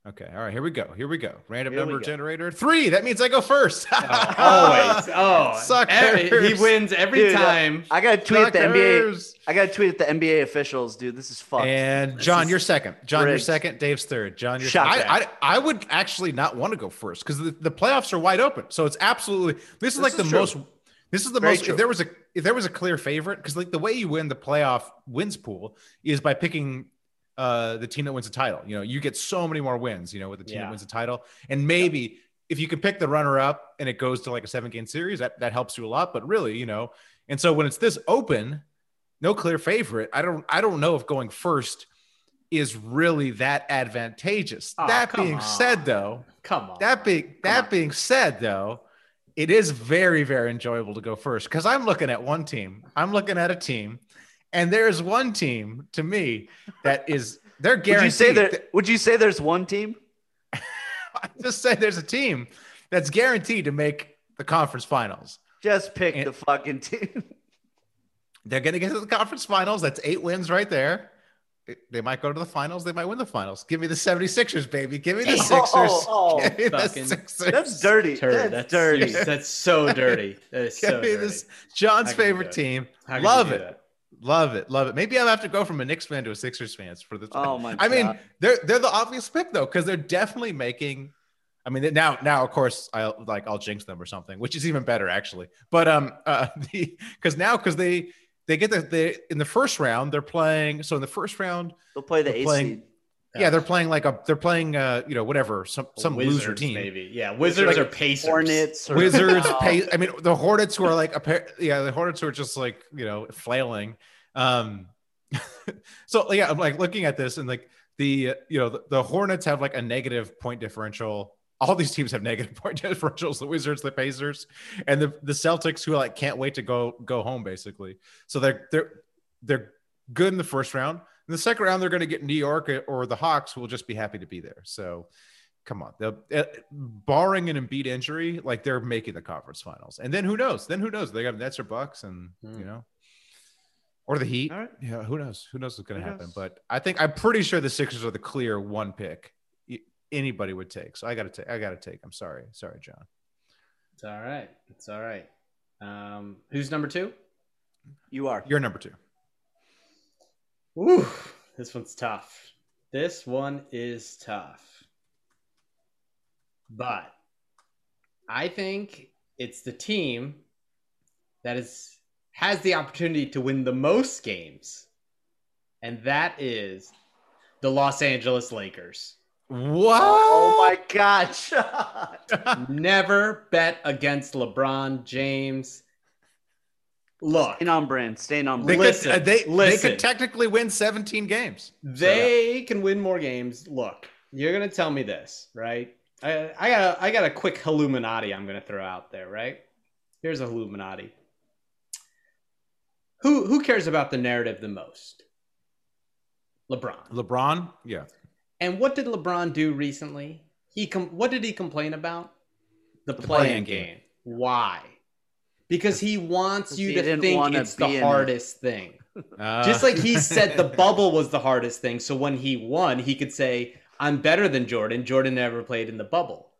[SPEAKER 6] Okay. All right. Here we go. Here we go. Random
[SPEAKER 7] Here we
[SPEAKER 6] number
[SPEAKER 7] go.
[SPEAKER 6] generator three. That means I go first.
[SPEAKER 8] Oh,
[SPEAKER 6] Ah!
[SPEAKER 8] always. Oh,
[SPEAKER 6] Suckers.
[SPEAKER 8] every- he wins every
[SPEAKER 7] Dude, uh,
[SPEAKER 8] time.
[SPEAKER 7] I gotta tweet at the NBA.
[SPEAKER 6] Suckers.
[SPEAKER 7] I gotta tweet at the NBA officials, dude. This is fucked.
[SPEAKER 6] And John,
[SPEAKER 7] is
[SPEAKER 6] you're second. John, you're
[SPEAKER 7] rigged.
[SPEAKER 6] second. Dave's third. John, you're.
[SPEAKER 7] Shot
[SPEAKER 6] I, I I would actually not want to go first because the, the playoffs are wide open. So it's absolutely this is like
[SPEAKER 7] is
[SPEAKER 6] the
[SPEAKER 7] true.
[SPEAKER 6] most. This is the
[SPEAKER 7] Very
[SPEAKER 6] most.
[SPEAKER 7] true.
[SPEAKER 6] If there was a if there was a clear favorite because like the way you win the playoff wins pool is by picking uh the team that wins the title. You know, you get so many more wins. You know, with the team
[SPEAKER 8] Yeah.
[SPEAKER 6] that wins the title, and maybe if you can pick the runner up and it goes to like a seven game series, that that helps you a lot. But really, you know, and so when it's this open, no clear favorite. I don't I don't know if going first is really that advantageous.
[SPEAKER 8] Aw,
[SPEAKER 6] that
[SPEAKER 8] come
[SPEAKER 6] being
[SPEAKER 8] on.
[SPEAKER 6] said though,
[SPEAKER 8] Come on.
[SPEAKER 6] that being that being said though, it is very very enjoyable to go first cuz I'm looking at one team. I'm looking at a team and there is one team to me that is they're
[SPEAKER 7] would
[SPEAKER 6] guaranteed
[SPEAKER 7] you say there? Would you say there's one team?
[SPEAKER 6] I just say there's a team that's guaranteed to make the conference finals.
[SPEAKER 7] Just pick
[SPEAKER 6] And-
[SPEAKER 7] the fucking team.
[SPEAKER 6] They're going to get to the conference finals. That's eight wins right there. They might go to the finals. They might win the finals. Give me the 76ers, baby. Give me the Sixers.
[SPEAKER 7] oh,
[SPEAKER 6] Give me the
[SPEAKER 8] fucking-
[SPEAKER 6] Sixers.
[SPEAKER 7] That's dirty.
[SPEAKER 8] Turd.
[SPEAKER 7] That's,
[SPEAKER 8] That's,
[SPEAKER 7] dirty.
[SPEAKER 8] you're- that's so dirty. That is
[SPEAKER 6] Give
[SPEAKER 8] so
[SPEAKER 6] me
[SPEAKER 8] dirty.
[SPEAKER 6] this John's
[SPEAKER 8] How can you
[SPEAKER 6] favorite
[SPEAKER 8] do
[SPEAKER 6] team.
[SPEAKER 8] How could you
[SPEAKER 6] Love
[SPEAKER 8] do
[SPEAKER 6] it.
[SPEAKER 8] that?
[SPEAKER 6] Love it. Love it. Maybe I'll have to go from a Knicks fan to a Sixers fan for this.
[SPEAKER 7] Oh my
[SPEAKER 6] I mean,
[SPEAKER 7] God.
[SPEAKER 6] they're they're the obvious pick though, because they're definitely making. I mean, now now of course I like I'll jinx them or something, which is even better actually. But um, uh, because now because they they get the they in the first round they're playing. So in the first round,
[SPEAKER 7] they'll play the
[SPEAKER 6] We're
[SPEAKER 7] eight
[SPEAKER 6] playing-
[SPEAKER 7] seed.
[SPEAKER 6] yeah, they're playing like a they're playing uh you know whatever some some loser
[SPEAKER 8] Wizards,
[SPEAKER 6] team.
[SPEAKER 8] Maybe. Yeah. Wizards
[SPEAKER 6] Like
[SPEAKER 8] or Pacers.
[SPEAKER 7] Hornets, or
[SPEAKER 6] Wizards,
[SPEAKER 7] Wow.
[SPEAKER 6] pay, I mean, the Hornets who are like, a pair, yeah, the Hornets who are just like, you know, flailing. Um, so yeah, I'm like looking at this and like the, you know, the, the Hornets have like a negative point differential. All these teams have negative point differentials. The Wizards, the Pacers, and the, the Celtics who like can't wait to go go home basically. So they're they're they're good in the first round. In the second round, they're going to get New York or the Hawks, who will just be happy to be there. So, come on, they'll, eh, barring an Embiid injury, like they're making the conference finals. And then who knows? Then who knows? They got Nets or Bucks, and you know, or the Heat.
[SPEAKER 7] Hmm. All right.
[SPEAKER 6] Yeah, who knows? Who knows what's going to
[SPEAKER 7] Who
[SPEAKER 6] happen?
[SPEAKER 7] knows?
[SPEAKER 6] But I think I'm pretty sure the Sixers are the clear one pick y- anybody would take. So I got to take. I got to take. I'm sorry, sorry, John.
[SPEAKER 8] It's all right. It's all right. Um, who's number two?
[SPEAKER 7] You are.
[SPEAKER 6] You're number two.
[SPEAKER 8] Ooh, this one's tough. This one is tough. But I think it's the team that is has the opportunity to win the most games. And that is the Los Angeles Lakers.
[SPEAKER 6] What?
[SPEAKER 7] Oh my god, Sean.
[SPEAKER 8] Never bet against LeBron James. Look,
[SPEAKER 7] Staying on brand. Staying on
[SPEAKER 6] They
[SPEAKER 7] brand.
[SPEAKER 8] They Listen,
[SPEAKER 6] could, uh, they, they
[SPEAKER 8] listen.
[SPEAKER 6] could technically win 17 games.
[SPEAKER 8] They can win more games. Look, you're gonna tell me this, right? I, I got a, I got a quick Illuminati I'm gonna throw out there, right? Here's a Illuminati. Who who cares about the narrative the most? LeBron.
[SPEAKER 6] LeBron, yeah.
[SPEAKER 8] And what did LeBron do recently? He com- what did he complain about? The,
[SPEAKER 6] play-in
[SPEAKER 8] playing
[SPEAKER 6] game.
[SPEAKER 8] game. Why? Because he wants you
[SPEAKER 7] He
[SPEAKER 8] to
[SPEAKER 7] didn't
[SPEAKER 8] think
[SPEAKER 7] wanna
[SPEAKER 8] it's
[SPEAKER 7] be
[SPEAKER 8] the
[SPEAKER 7] in it.
[SPEAKER 8] hardest thing.
[SPEAKER 6] Uh,
[SPEAKER 8] Just like he said the bubble was the hardest thing. So when he won, he could say, I'm better than Jordan. Jordan never played in the bubble.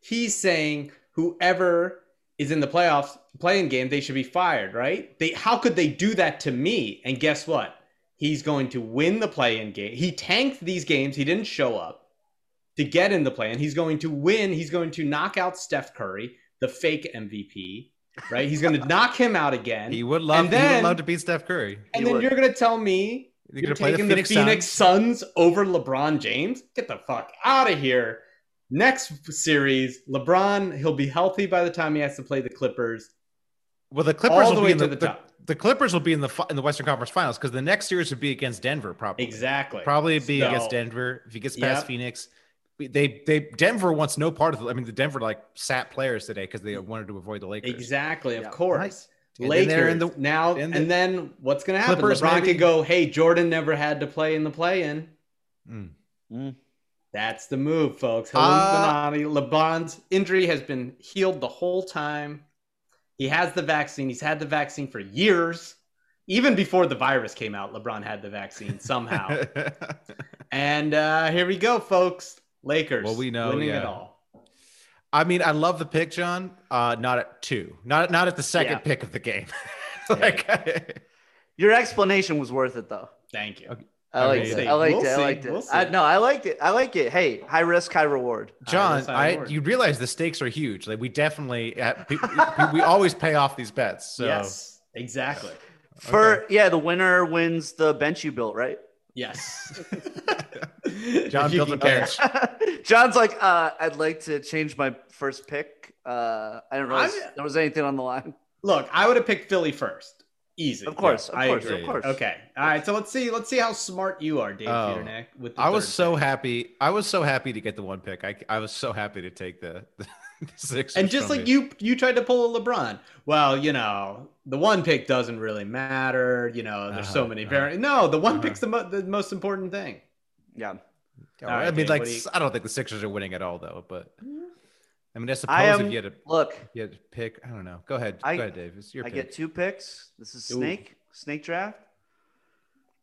[SPEAKER 8] He's saying whoever is in the playoffs playing game, they should be fired, right? They how could they do that to me? And guess what? He's going to win the play-in game. He tanked these games. He didn't show up to get in the play-in. He's going to win. He's going to knock out Steph Curry, the fake MVP, right? He's going to knock him out again.
[SPEAKER 6] he would love.
[SPEAKER 8] And
[SPEAKER 6] he
[SPEAKER 8] then-
[SPEAKER 6] would love to beat Steph Curry.
[SPEAKER 8] and
[SPEAKER 7] He
[SPEAKER 8] then
[SPEAKER 7] would.
[SPEAKER 8] you're going to tell me
[SPEAKER 6] They're
[SPEAKER 8] you're
[SPEAKER 6] gonna play
[SPEAKER 8] taking the Phoenix,
[SPEAKER 6] Suns.
[SPEAKER 8] Suns. over LeBron James? Get the fuck out of here. Next series, LeBron, he'll be healthy by the time he has to play the Clippers.
[SPEAKER 6] Well, the Clippers
[SPEAKER 8] All the
[SPEAKER 6] will
[SPEAKER 8] way
[SPEAKER 6] be in
[SPEAKER 8] to
[SPEAKER 6] the,
[SPEAKER 8] the
[SPEAKER 6] the-
[SPEAKER 8] top.
[SPEAKER 6] the Clippers will be in the fi- in the Western Conference Finals because the next series would be against Denver, probably.
[SPEAKER 8] Exactly.
[SPEAKER 6] Probably be
[SPEAKER 8] So-
[SPEAKER 6] against Denver if he gets
[SPEAKER 8] Yeah.
[SPEAKER 6] past Phoenix. we- They they Denver wants no part of. The, I mean, the Denver like sat players today because they wanted to avoid the Lakers.
[SPEAKER 8] Exactly. Of
[SPEAKER 7] Yeah.
[SPEAKER 8] course.
[SPEAKER 6] And then
[SPEAKER 8] Lakers
[SPEAKER 6] they're in the-
[SPEAKER 8] now,
[SPEAKER 6] in the-
[SPEAKER 8] and then what's going to happen?
[SPEAKER 6] Clippers,
[SPEAKER 8] LeBron
[SPEAKER 6] maybe?
[SPEAKER 8] could go, "Hey, Jordan never had to play in the play-in."
[SPEAKER 6] Mm.
[SPEAKER 8] That's the move, folks.
[SPEAKER 6] Ah.
[SPEAKER 8] Illuminati. LeBron's injury has been healed the whole time. He has the vaccine. He's had the vaccine for years. Even before the virus came out, LeBron had the vaccine somehow. and uh, here we go, folks. Lakers.
[SPEAKER 6] Well, we know,
[SPEAKER 8] winning it
[SPEAKER 6] yeah.
[SPEAKER 8] all.
[SPEAKER 6] I mean, I love the pick, John. Uh, not at two, not not at the second
[SPEAKER 8] Yeah.
[SPEAKER 6] pick of the game. like,
[SPEAKER 7] Your explanation was worth it, though.
[SPEAKER 8] Thank you.
[SPEAKER 7] I
[SPEAKER 6] Okay.
[SPEAKER 7] liked
[SPEAKER 6] We'll
[SPEAKER 7] it.
[SPEAKER 8] see.
[SPEAKER 7] I liked
[SPEAKER 8] We'll
[SPEAKER 7] it. I
[SPEAKER 8] see.
[SPEAKER 7] liked it.
[SPEAKER 8] We'll see.
[SPEAKER 7] I, no, I liked it. I like it. Hey, high risk, high reward.
[SPEAKER 6] John,
[SPEAKER 8] that's how it
[SPEAKER 6] I
[SPEAKER 8] works.
[SPEAKER 6] you realize the stakes are huge. Like we definitely uh, pe- pe- we always pay off these bets. So
[SPEAKER 8] Yes, exactly.
[SPEAKER 7] For yeah, the winner wins the bench you built, right?
[SPEAKER 8] Yes.
[SPEAKER 6] John
[SPEAKER 8] If you
[SPEAKER 6] built a
[SPEAKER 8] can- uh,
[SPEAKER 6] bench.
[SPEAKER 7] John's like, uh, I'd like to change my first pick. Uh, I didn't realize
[SPEAKER 8] I'm-
[SPEAKER 7] there was anything on the line.
[SPEAKER 8] Look, I would have picked Philly first. Easy.
[SPEAKER 7] Of course,
[SPEAKER 8] I
[SPEAKER 7] of course,
[SPEAKER 8] agree.
[SPEAKER 7] of course.
[SPEAKER 8] Okay. All right. So let's see. Let's see how smart you are, Dave
[SPEAKER 6] Oh.
[SPEAKER 8] Peterneck. With the
[SPEAKER 6] I was
[SPEAKER 8] third
[SPEAKER 6] so
[SPEAKER 8] pick.
[SPEAKER 6] happy. I was so happy to get the one pick. I, I was so happy to take the, the six.
[SPEAKER 8] And just like you, you tried to pull a LeBron. Well, you know, the one pick doesn't really matter. You know, there's so
[SPEAKER 6] Uh-huh,
[SPEAKER 8] many
[SPEAKER 6] uh-huh.
[SPEAKER 8] variants. No, the one
[SPEAKER 6] Uh-huh.
[SPEAKER 8] pick's the, mo- the most important thing.
[SPEAKER 7] Yeah.
[SPEAKER 8] All
[SPEAKER 6] I
[SPEAKER 8] right,
[SPEAKER 6] mean,
[SPEAKER 8] Dave,
[SPEAKER 6] like
[SPEAKER 8] what do you-
[SPEAKER 6] I don't think the Sixers are winning at all, though. But I mean, I suppose
[SPEAKER 7] I am-
[SPEAKER 6] if you had, a,
[SPEAKER 7] Look,
[SPEAKER 6] you had to pick, I don't know. Go ahead,
[SPEAKER 7] I-
[SPEAKER 6] go ahead, Dave. It's your
[SPEAKER 7] I
[SPEAKER 6] pick.
[SPEAKER 7] get two picks. This is snake, snake draft.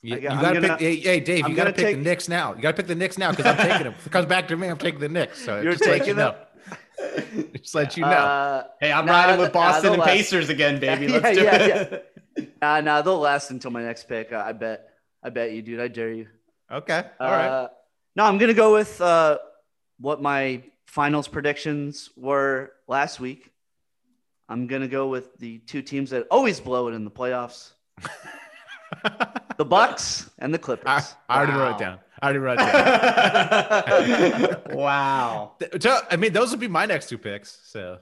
[SPEAKER 6] You,
[SPEAKER 7] I got-
[SPEAKER 6] you
[SPEAKER 7] I'm
[SPEAKER 6] gotta
[SPEAKER 7] gonna-
[SPEAKER 6] pick. Hey, hey, Dave,
[SPEAKER 7] I'm
[SPEAKER 6] you gotta
[SPEAKER 7] gonna
[SPEAKER 6] pick
[SPEAKER 7] take-
[SPEAKER 6] the Knicks now. You gotta pick the Knicks now because I'm taking them. If it comes back to me, I'm taking the Knicks. So
[SPEAKER 7] You're
[SPEAKER 6] just let
[SPEAKER 7] taking
[SPEAKER 6] you know. Just let you know.
[SPEAKER 7] Uh,
[SPEAKER 8] Hey, I'm
[SPEAKER 7] Nah,
[SPEAKER 8] riding with
[SPEAKER 7] nah,
[SPEAKER 8] Boston
[SPEAKER 7] the
[SPEAKER 8] and
[SPEAKER 7] last-
[SPEAKER 8] Pacers again, baby. Let's
[SPEAKER 7] Yeah,
[SPEAKER 8] do
[SPEAKER 7] yeah,
[SPEAKER 8] it.
[SPEAKER 7] nah, nah, they'll last until my next pick. I, I bet. I bet you, dude. I dare you.
[SPEAKER 6] okay, all right.
[SPEAKER 7] Uh, no, I'm gonna go with uh, what my finals predictions were last week. I'm gonna go with the two teams that always blow it in the playoffs: the Bucks and the Clippers.
[SPEAKER 6] I, I already wrote
[SPEAKER 8] Wow.
[SPEAKER 6] it down. I already wrote it down.
[SPEAKER 8] wow.
[SPEAKER 6] Th- so, I mean, those would be my next two picks. So,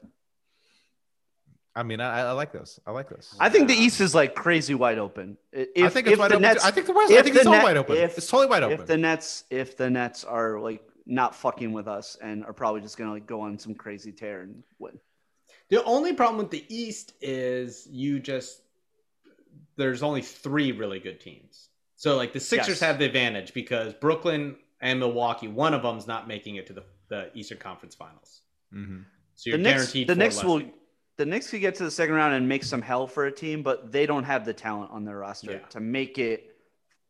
[SPEAKER 6] I mean, I, I like those. I like those.
[SPEAKER 7] I think the East is like crazy wide open. I- If,
[SPEAKER 6] I think it's
[SPEAKER 7] if
[SPEAKER 6] wide
[SPEAKER 7] the
[SPEAKER 6] open.
[SPEAKER 7] Nets,
[SPEAKER 6] too. I think the West. I
[SPEAKER 7] if
[SPEAKER 6] think
[SPEAKER 7] the
[SPEAKER 6] it's all
[SPEAKER 7] Net-
[SPEAKER 6] wide open.
[SPEAKER 7] if-
[SPEAKER 6] it's totally wide
[SPEAKER 7] if
[SPEAKER 6] open.
[SPEAKER 7] the Nets, if the Nets are like not fucking with us and are probably just gonna like go on some crazy tear and win.
[SPEAKER 8] The only problem with the East is you just there's only three really good teams. So like the Sixers
[SPEAKER 7] Yes.
[SPEAKER 8] have the advantage because Brooklyn and Milwaukee, one of them's not making it to the, the Eastern Conference Finals.
[SPEAKER 6] Mhm.
[SPEAKER 8] So you're
[SPEAKER 7] the Knicks,
[SPEAKER 8] guaranteed.
[SPEAKER 7] the
[SPEAKER 8] four
[SPEAKER 7] Knicks
[SPEAKER 8] less.
[SPEAKER 7] will the Knicks could get to the second round and make some hell for a team, but they don't have the talent on their roster
[SPEAKER 8] Yeah.
[SPEAKER 7] to make it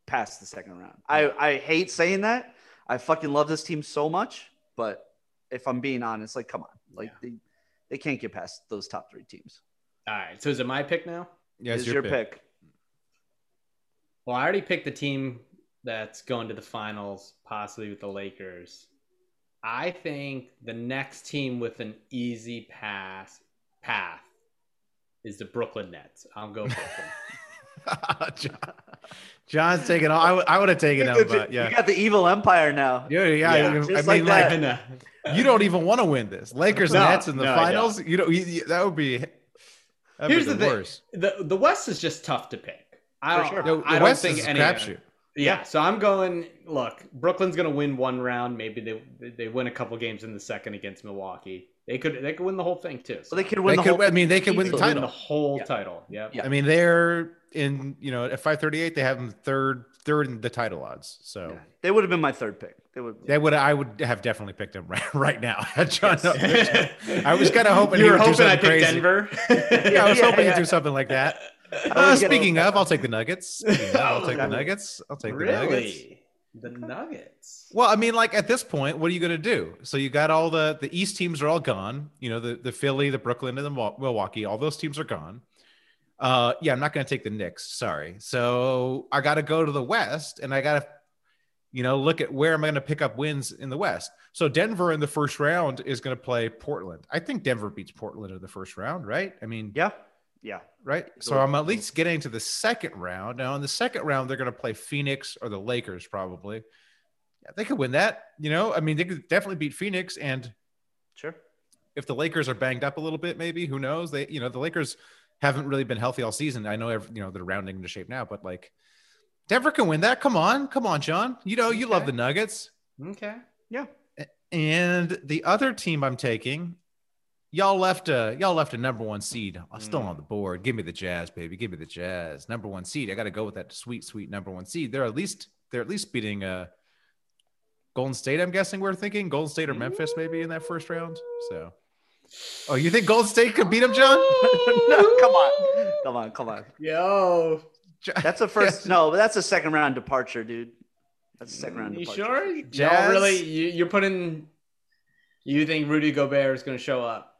[SPEAKER 7] past the second round. I, I hate saying that. I fucking love this team so much, but if I'm being honest, like come on. Like they, they can't get past those top three teams.
[SPEAKER 8] All right. So is it my pick now?
[SPEAKER 6] Yeah, it's
[SPEAKER 7] Is your, pick.
[SPEAKER 8] Well, I already picked the team that's going to the finals, possibly with the Lakers. I think the next team with an easy pass path is the Brooklyn Nets. I'll go Brooklyn.
[SPEAKER 6] John, John's taking all. I would- I would have taken them, but
[SPEAKER 7] You
[SPEAKER 6] yeah.
[SPEAKER 7] got the evil empire now.
[SPEAKER 6] Yeah, yeah.
[SPEAKER 8] Yeah,
[SPEAKER 6] I mean,
[SPEAKER 7] just
[SPEAKER 6] I
[SPEAKER 7] like
[SPEAKER 6] mean,
[SPEAKER 7] that.
[SPEAKER 6] like,
[SPEAKER 8] I know.
[SPEAKER 6] you don't even want to win this. Lakers
[SPEAKER 8] No,
[SPEAKER 6] Nets in the
[SPEAKER 8] no, I don't.
[SPEAKER 6] finals. You don't. You, you, that would be. That'd
[SPEAKER 8] Here's
[SPEAKER 6] be
[SPEAKER 8] the
[SPEAKER 6] the,
[SPEAKER 8] thing.
[SPEAKER 6] worst.
[SPEAKER 8] the the West is just tough to pick. I
[SPEAKER 7] For
[SPEAKER 8] don't.
[SPEAKER 7] sure.
[SPEAKER 6] No,
[SPEAKER 8] I
[SPEAKER 6] the
[SPEAKER 8] don't
[SPEAKER 6] West
[SPEAKER 8] think
[SPEAKER 6] is a
[SPEAKER 8] any.
[SPEAKER 6] crapshoot.
[SPEAKER 8] Yeah, so I'm going. Look, Brooklyn's going to win one round. Maybe they they win a couple games in the second against Milwaukee. They could they could win the whole thing too. So
[SPEAKER 7] Well, they could
[SPEAKER 6] They
[SPEAKER 7] win the
[SPEAKER 6] could,
[SPEAKER 7] whole
[SPEAKER 6] I mean, they could win the
[SPEAKER 8] They
[SPEAKER 6] title.
[SPEAKER 8] the whole
[SPEAKER 7] Yeah.
[SPEAKER 8] title. Yep.
[SPEAKER 7] Yeah.
[SPEAKER 6] I mean, they're in, you know, at 538, they have them third, third in the title odds. So
[SPEAKER 7] they would have been my third pick. They would
[SPEAKER 6] they would, I would have definitely picked them right, right now. John, I was
[SPEAKER 8] kind
[SPEAKER 6] kinda
[SPEAKER 8] of
[SPEAKER 6] hoping
[SPEAKER 8] you
[SPEAKER 6] he
[SPEAKER 8] were
[SPEAKER 6] would do
[SPEAKER 8] hoping I
[SPEAKER 6] something
[SPEAKER 8] picked
[SPEAKER 6] crazy.
[SPEAKER 8] Denver.
[SPEAKER 6] yeah, I was
[SPEAKER 7] Yeah,
[SPEAKER 6] hoping
[SPEAKER 7] yeah.
[SPEAKER 6] to do something like that.
[SPEAKER 7] I
[SPEAKER 6] Uh,
[SPEAKER 7] would get
[SPEAKER 6] speaking
[SPEAKER 7] a-
[SPEAKER 6] of, I'll take the Nuggets. Speaking of, I'll take the
[SPEAKER 8] Oh,
[SPEAKER 6] Nuggets. I'll take the Nuggets.
[SPEAKER 8] really, the Nuggets.
[SPEAKER 6] Well, I mean, like at this point, what are you going to do? So you got all the the East teams are all gone. You know, the the Philly, the Brooklyn, and the Mil- Milwaukee. All those teams are gone. Uh, yeah, I'm not going to take the Knicks. Sorry. So I got to go to the West, and I got to, you know, look at where am I going to pick up wins in the West. So Denver in the first round is going to play Portland. I think Denver beats Portland in the first round, right? I mean,
[SPEAKER 7] Yeah. Yeah.
[SPEAKER 6] right? So I'm at least getting to the second round. Now in the second round, they're going to play Phoenix or the Lakers probably. Yeah, they could win that. You know, I mean, they could definitely beat Phoenix. And
[SPEAKER 7] Sure.
[SPEAKER 6] if the Lakers are banged up a little bit, maybe who knows? They, you know, the Lakers haven't really been healthy all season. I know, ev- you know, they're rounding into shape now, but like Denver can win that. Come on. Come on, John. You know, you love
[SPEAKER 8] Okay.
[SPEAKER 6] the Nuggets.
[SPEAKER 8] Okay.
[SPEAKER 6] And the other team I'm taking, y'all left a y'all left a number one seed. I'm still
[SPEAKER 8] Mm.
[SPEAKER 6] on the board. Give me the Jazz, baby. Give me the Jazz. Number one seed. I got to go with that sweet, sweet number one seed. They're at least they're at least beating uh, Golden State. I'm guessing we're thinking Golden State or Memphis maybe in that first round. So, oh, you think Golden State could beat them, John?
[SPEAKER 7] no, come on, come on, come on.
[SPEAKER 8] Yo.
[SPEAKER 7] That's the first. No, but that's a second round departure, dude. That's a second round.
[SPEAKER 8] You
[SPEAKER 7] departure.
[SPEAKER 8] sure?
[SPEAKER 6] Jazz?
[SPEAKER 8] Y'all really? You, you're putting. You think Rudy Gobert is going to show up?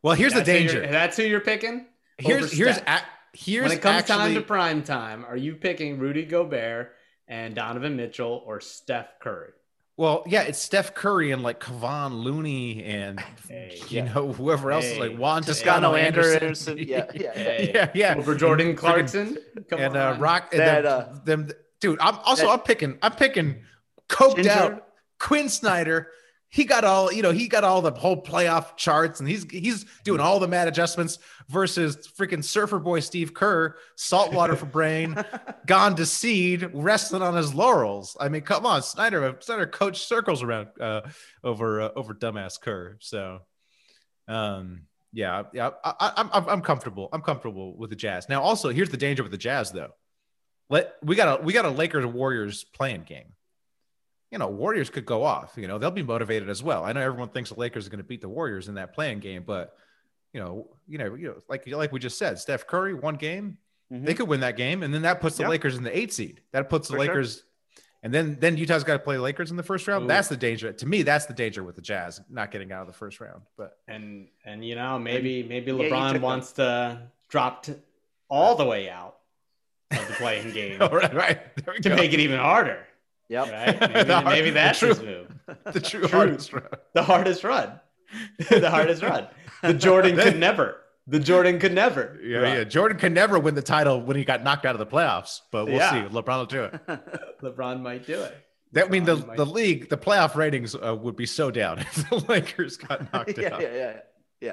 [SPEAKER 6] Well, here's the
[SPEAKER 8] That's who you're-
[SPEAKER 6] danger.
[SPEAKER 8] that's who you're picking.
[SPEAKER 6] Here's here's
[SPEAKER 8] Overstep.
[SPEAKER 6] a, here's
[SPEAKER 8] when it comes time
[SPEAKER 6] actually-
[SPEAKER 8] to prime time, are you picking Rudy Gobert and Donovan Mitchell or Steph Curry?
[SPEAKER 6] Well, yeah, it's Steph Curry and like Kevon Looney and
[SPEAKER 8] Hey,
[SPEAKER 6] you
[SPEAKER 8] yeah.
[SPEAKER 6] know whoever else is
[SPEAKER 8] Hey.
[SPEAKER 6] like Juan Toscano
[SPEAKER 7] Toscano
[SPEAKER 6] Anderson.
[SPEAKER 7] Anderson. Yeah, yeah.
[SPEAKER 8] Hey,
[SPEAKER 6] Yeah, yeah.
[SPEAKER 8] Over Jordan
[SPEAKER 6] And freaking-
[SPEAKER 8] Clarkson. Come
[SPEAKER 6] and
[SPEAKER 8] on.
[SPEAKER 6] uh, Rock and
[SPEAKER 7] That,
[SPEAKER 6] them,
[SPEAKER 7] uh,
[SPEAKER 6] them- dude. I'm also
[SPEAKER 7] that-
[SPEAKER 6] I'm picking I'm picking coked
[SPEAKER 7] Ginger.
[SPEAKER 6] out Quinn Snyder. He got all you know. He got all the whole playoff charts, and he's he's doing all the mad adjustments versus freaking surfer boy Steve Kerr, saltwater for brain, gone to seed, wrestling on his laurels. I mean, come on, Snyder. Snyder coach circles around uh, over uh, over dumbass Kerr. So, um, yeah, yeah, I, I, I'm- I'm I'm comfortable. I'm comfortable with the Jazz. Now, also, here's the danger with the Jazz, though. Let we got a we got a Lakers Warriors playing game. You know, Warriors could go off. You know, they'll be motivated as well. I know everyone thinks the Lakers are going to beat the Warriors in that playing game, but you know, you know, you know, like like we just said, Steph Curry, one game,
[SPEAKER 7] Mhm.
[SPEAKER 6] they could win that game, and then that puts the
[SPEAKER 7] Yeah.
[SPEAKER 6] Lakers in the eight seed. That puts the
[SPEAKER 7] For sure.
[SPEAKER 6] Lakers, and then then Utah's got to play the Lakers in the first round.
[SPEAKER 8] Ooh.
[SPEAKER 6] That's the danger to me. That's the danger with the Jazz not getting out of the first round, but.
[SPEAKER 8] and and you know maybe maybe
[SPEAKER 7] you took
[SPEAKER 8] LeBron
[SPEAKER 7] them.
[SPEAKER 8] wants to drop t- all the way out of the playing game
[SPEAKER 6] All right, right. There we
[SPEAKER 8] to
[SPEAKER 6] go.
[SPEAKER 8] make it even harder. Right?
[SPEAKER 7] Yep.
[SPEAKER 8] Maybe,
[SPEAKER 6] The hard-
[SPEAKER 8] maybe
[SPEAKER 6] the
[SPEAKER 8] that's his
[SPEAKER 6] true-
[SPEAKER 8] move.
[SPEAKER 6] the true hardest round.
[SPEAKER 8] The hardest run. the hardest run. The Jordan could never. The Jordan could never.
[SPEAKER 6] Yeah,
[SPEAKER 8] run.
[SPEAKER 6] yeah. Jordan can never win the title when he got knocked out of the playoffs, but we'll see.
[SPEAKER 8] Yeah.
[SPEAKER 6] LeBron will do it.
[SPEAKER 8] LeBron might do it.
[SPEAKER 6] That I mean the,
[SPEAKER 8] LeBron might-
[SPEAKER 6] the league, the playoff ratings uh, would be so down if the Lakers got knocked
[SPEAKER 7] yeah,
[SPEAKER 6] out.
[SPEAKER 7] yeah, yeah.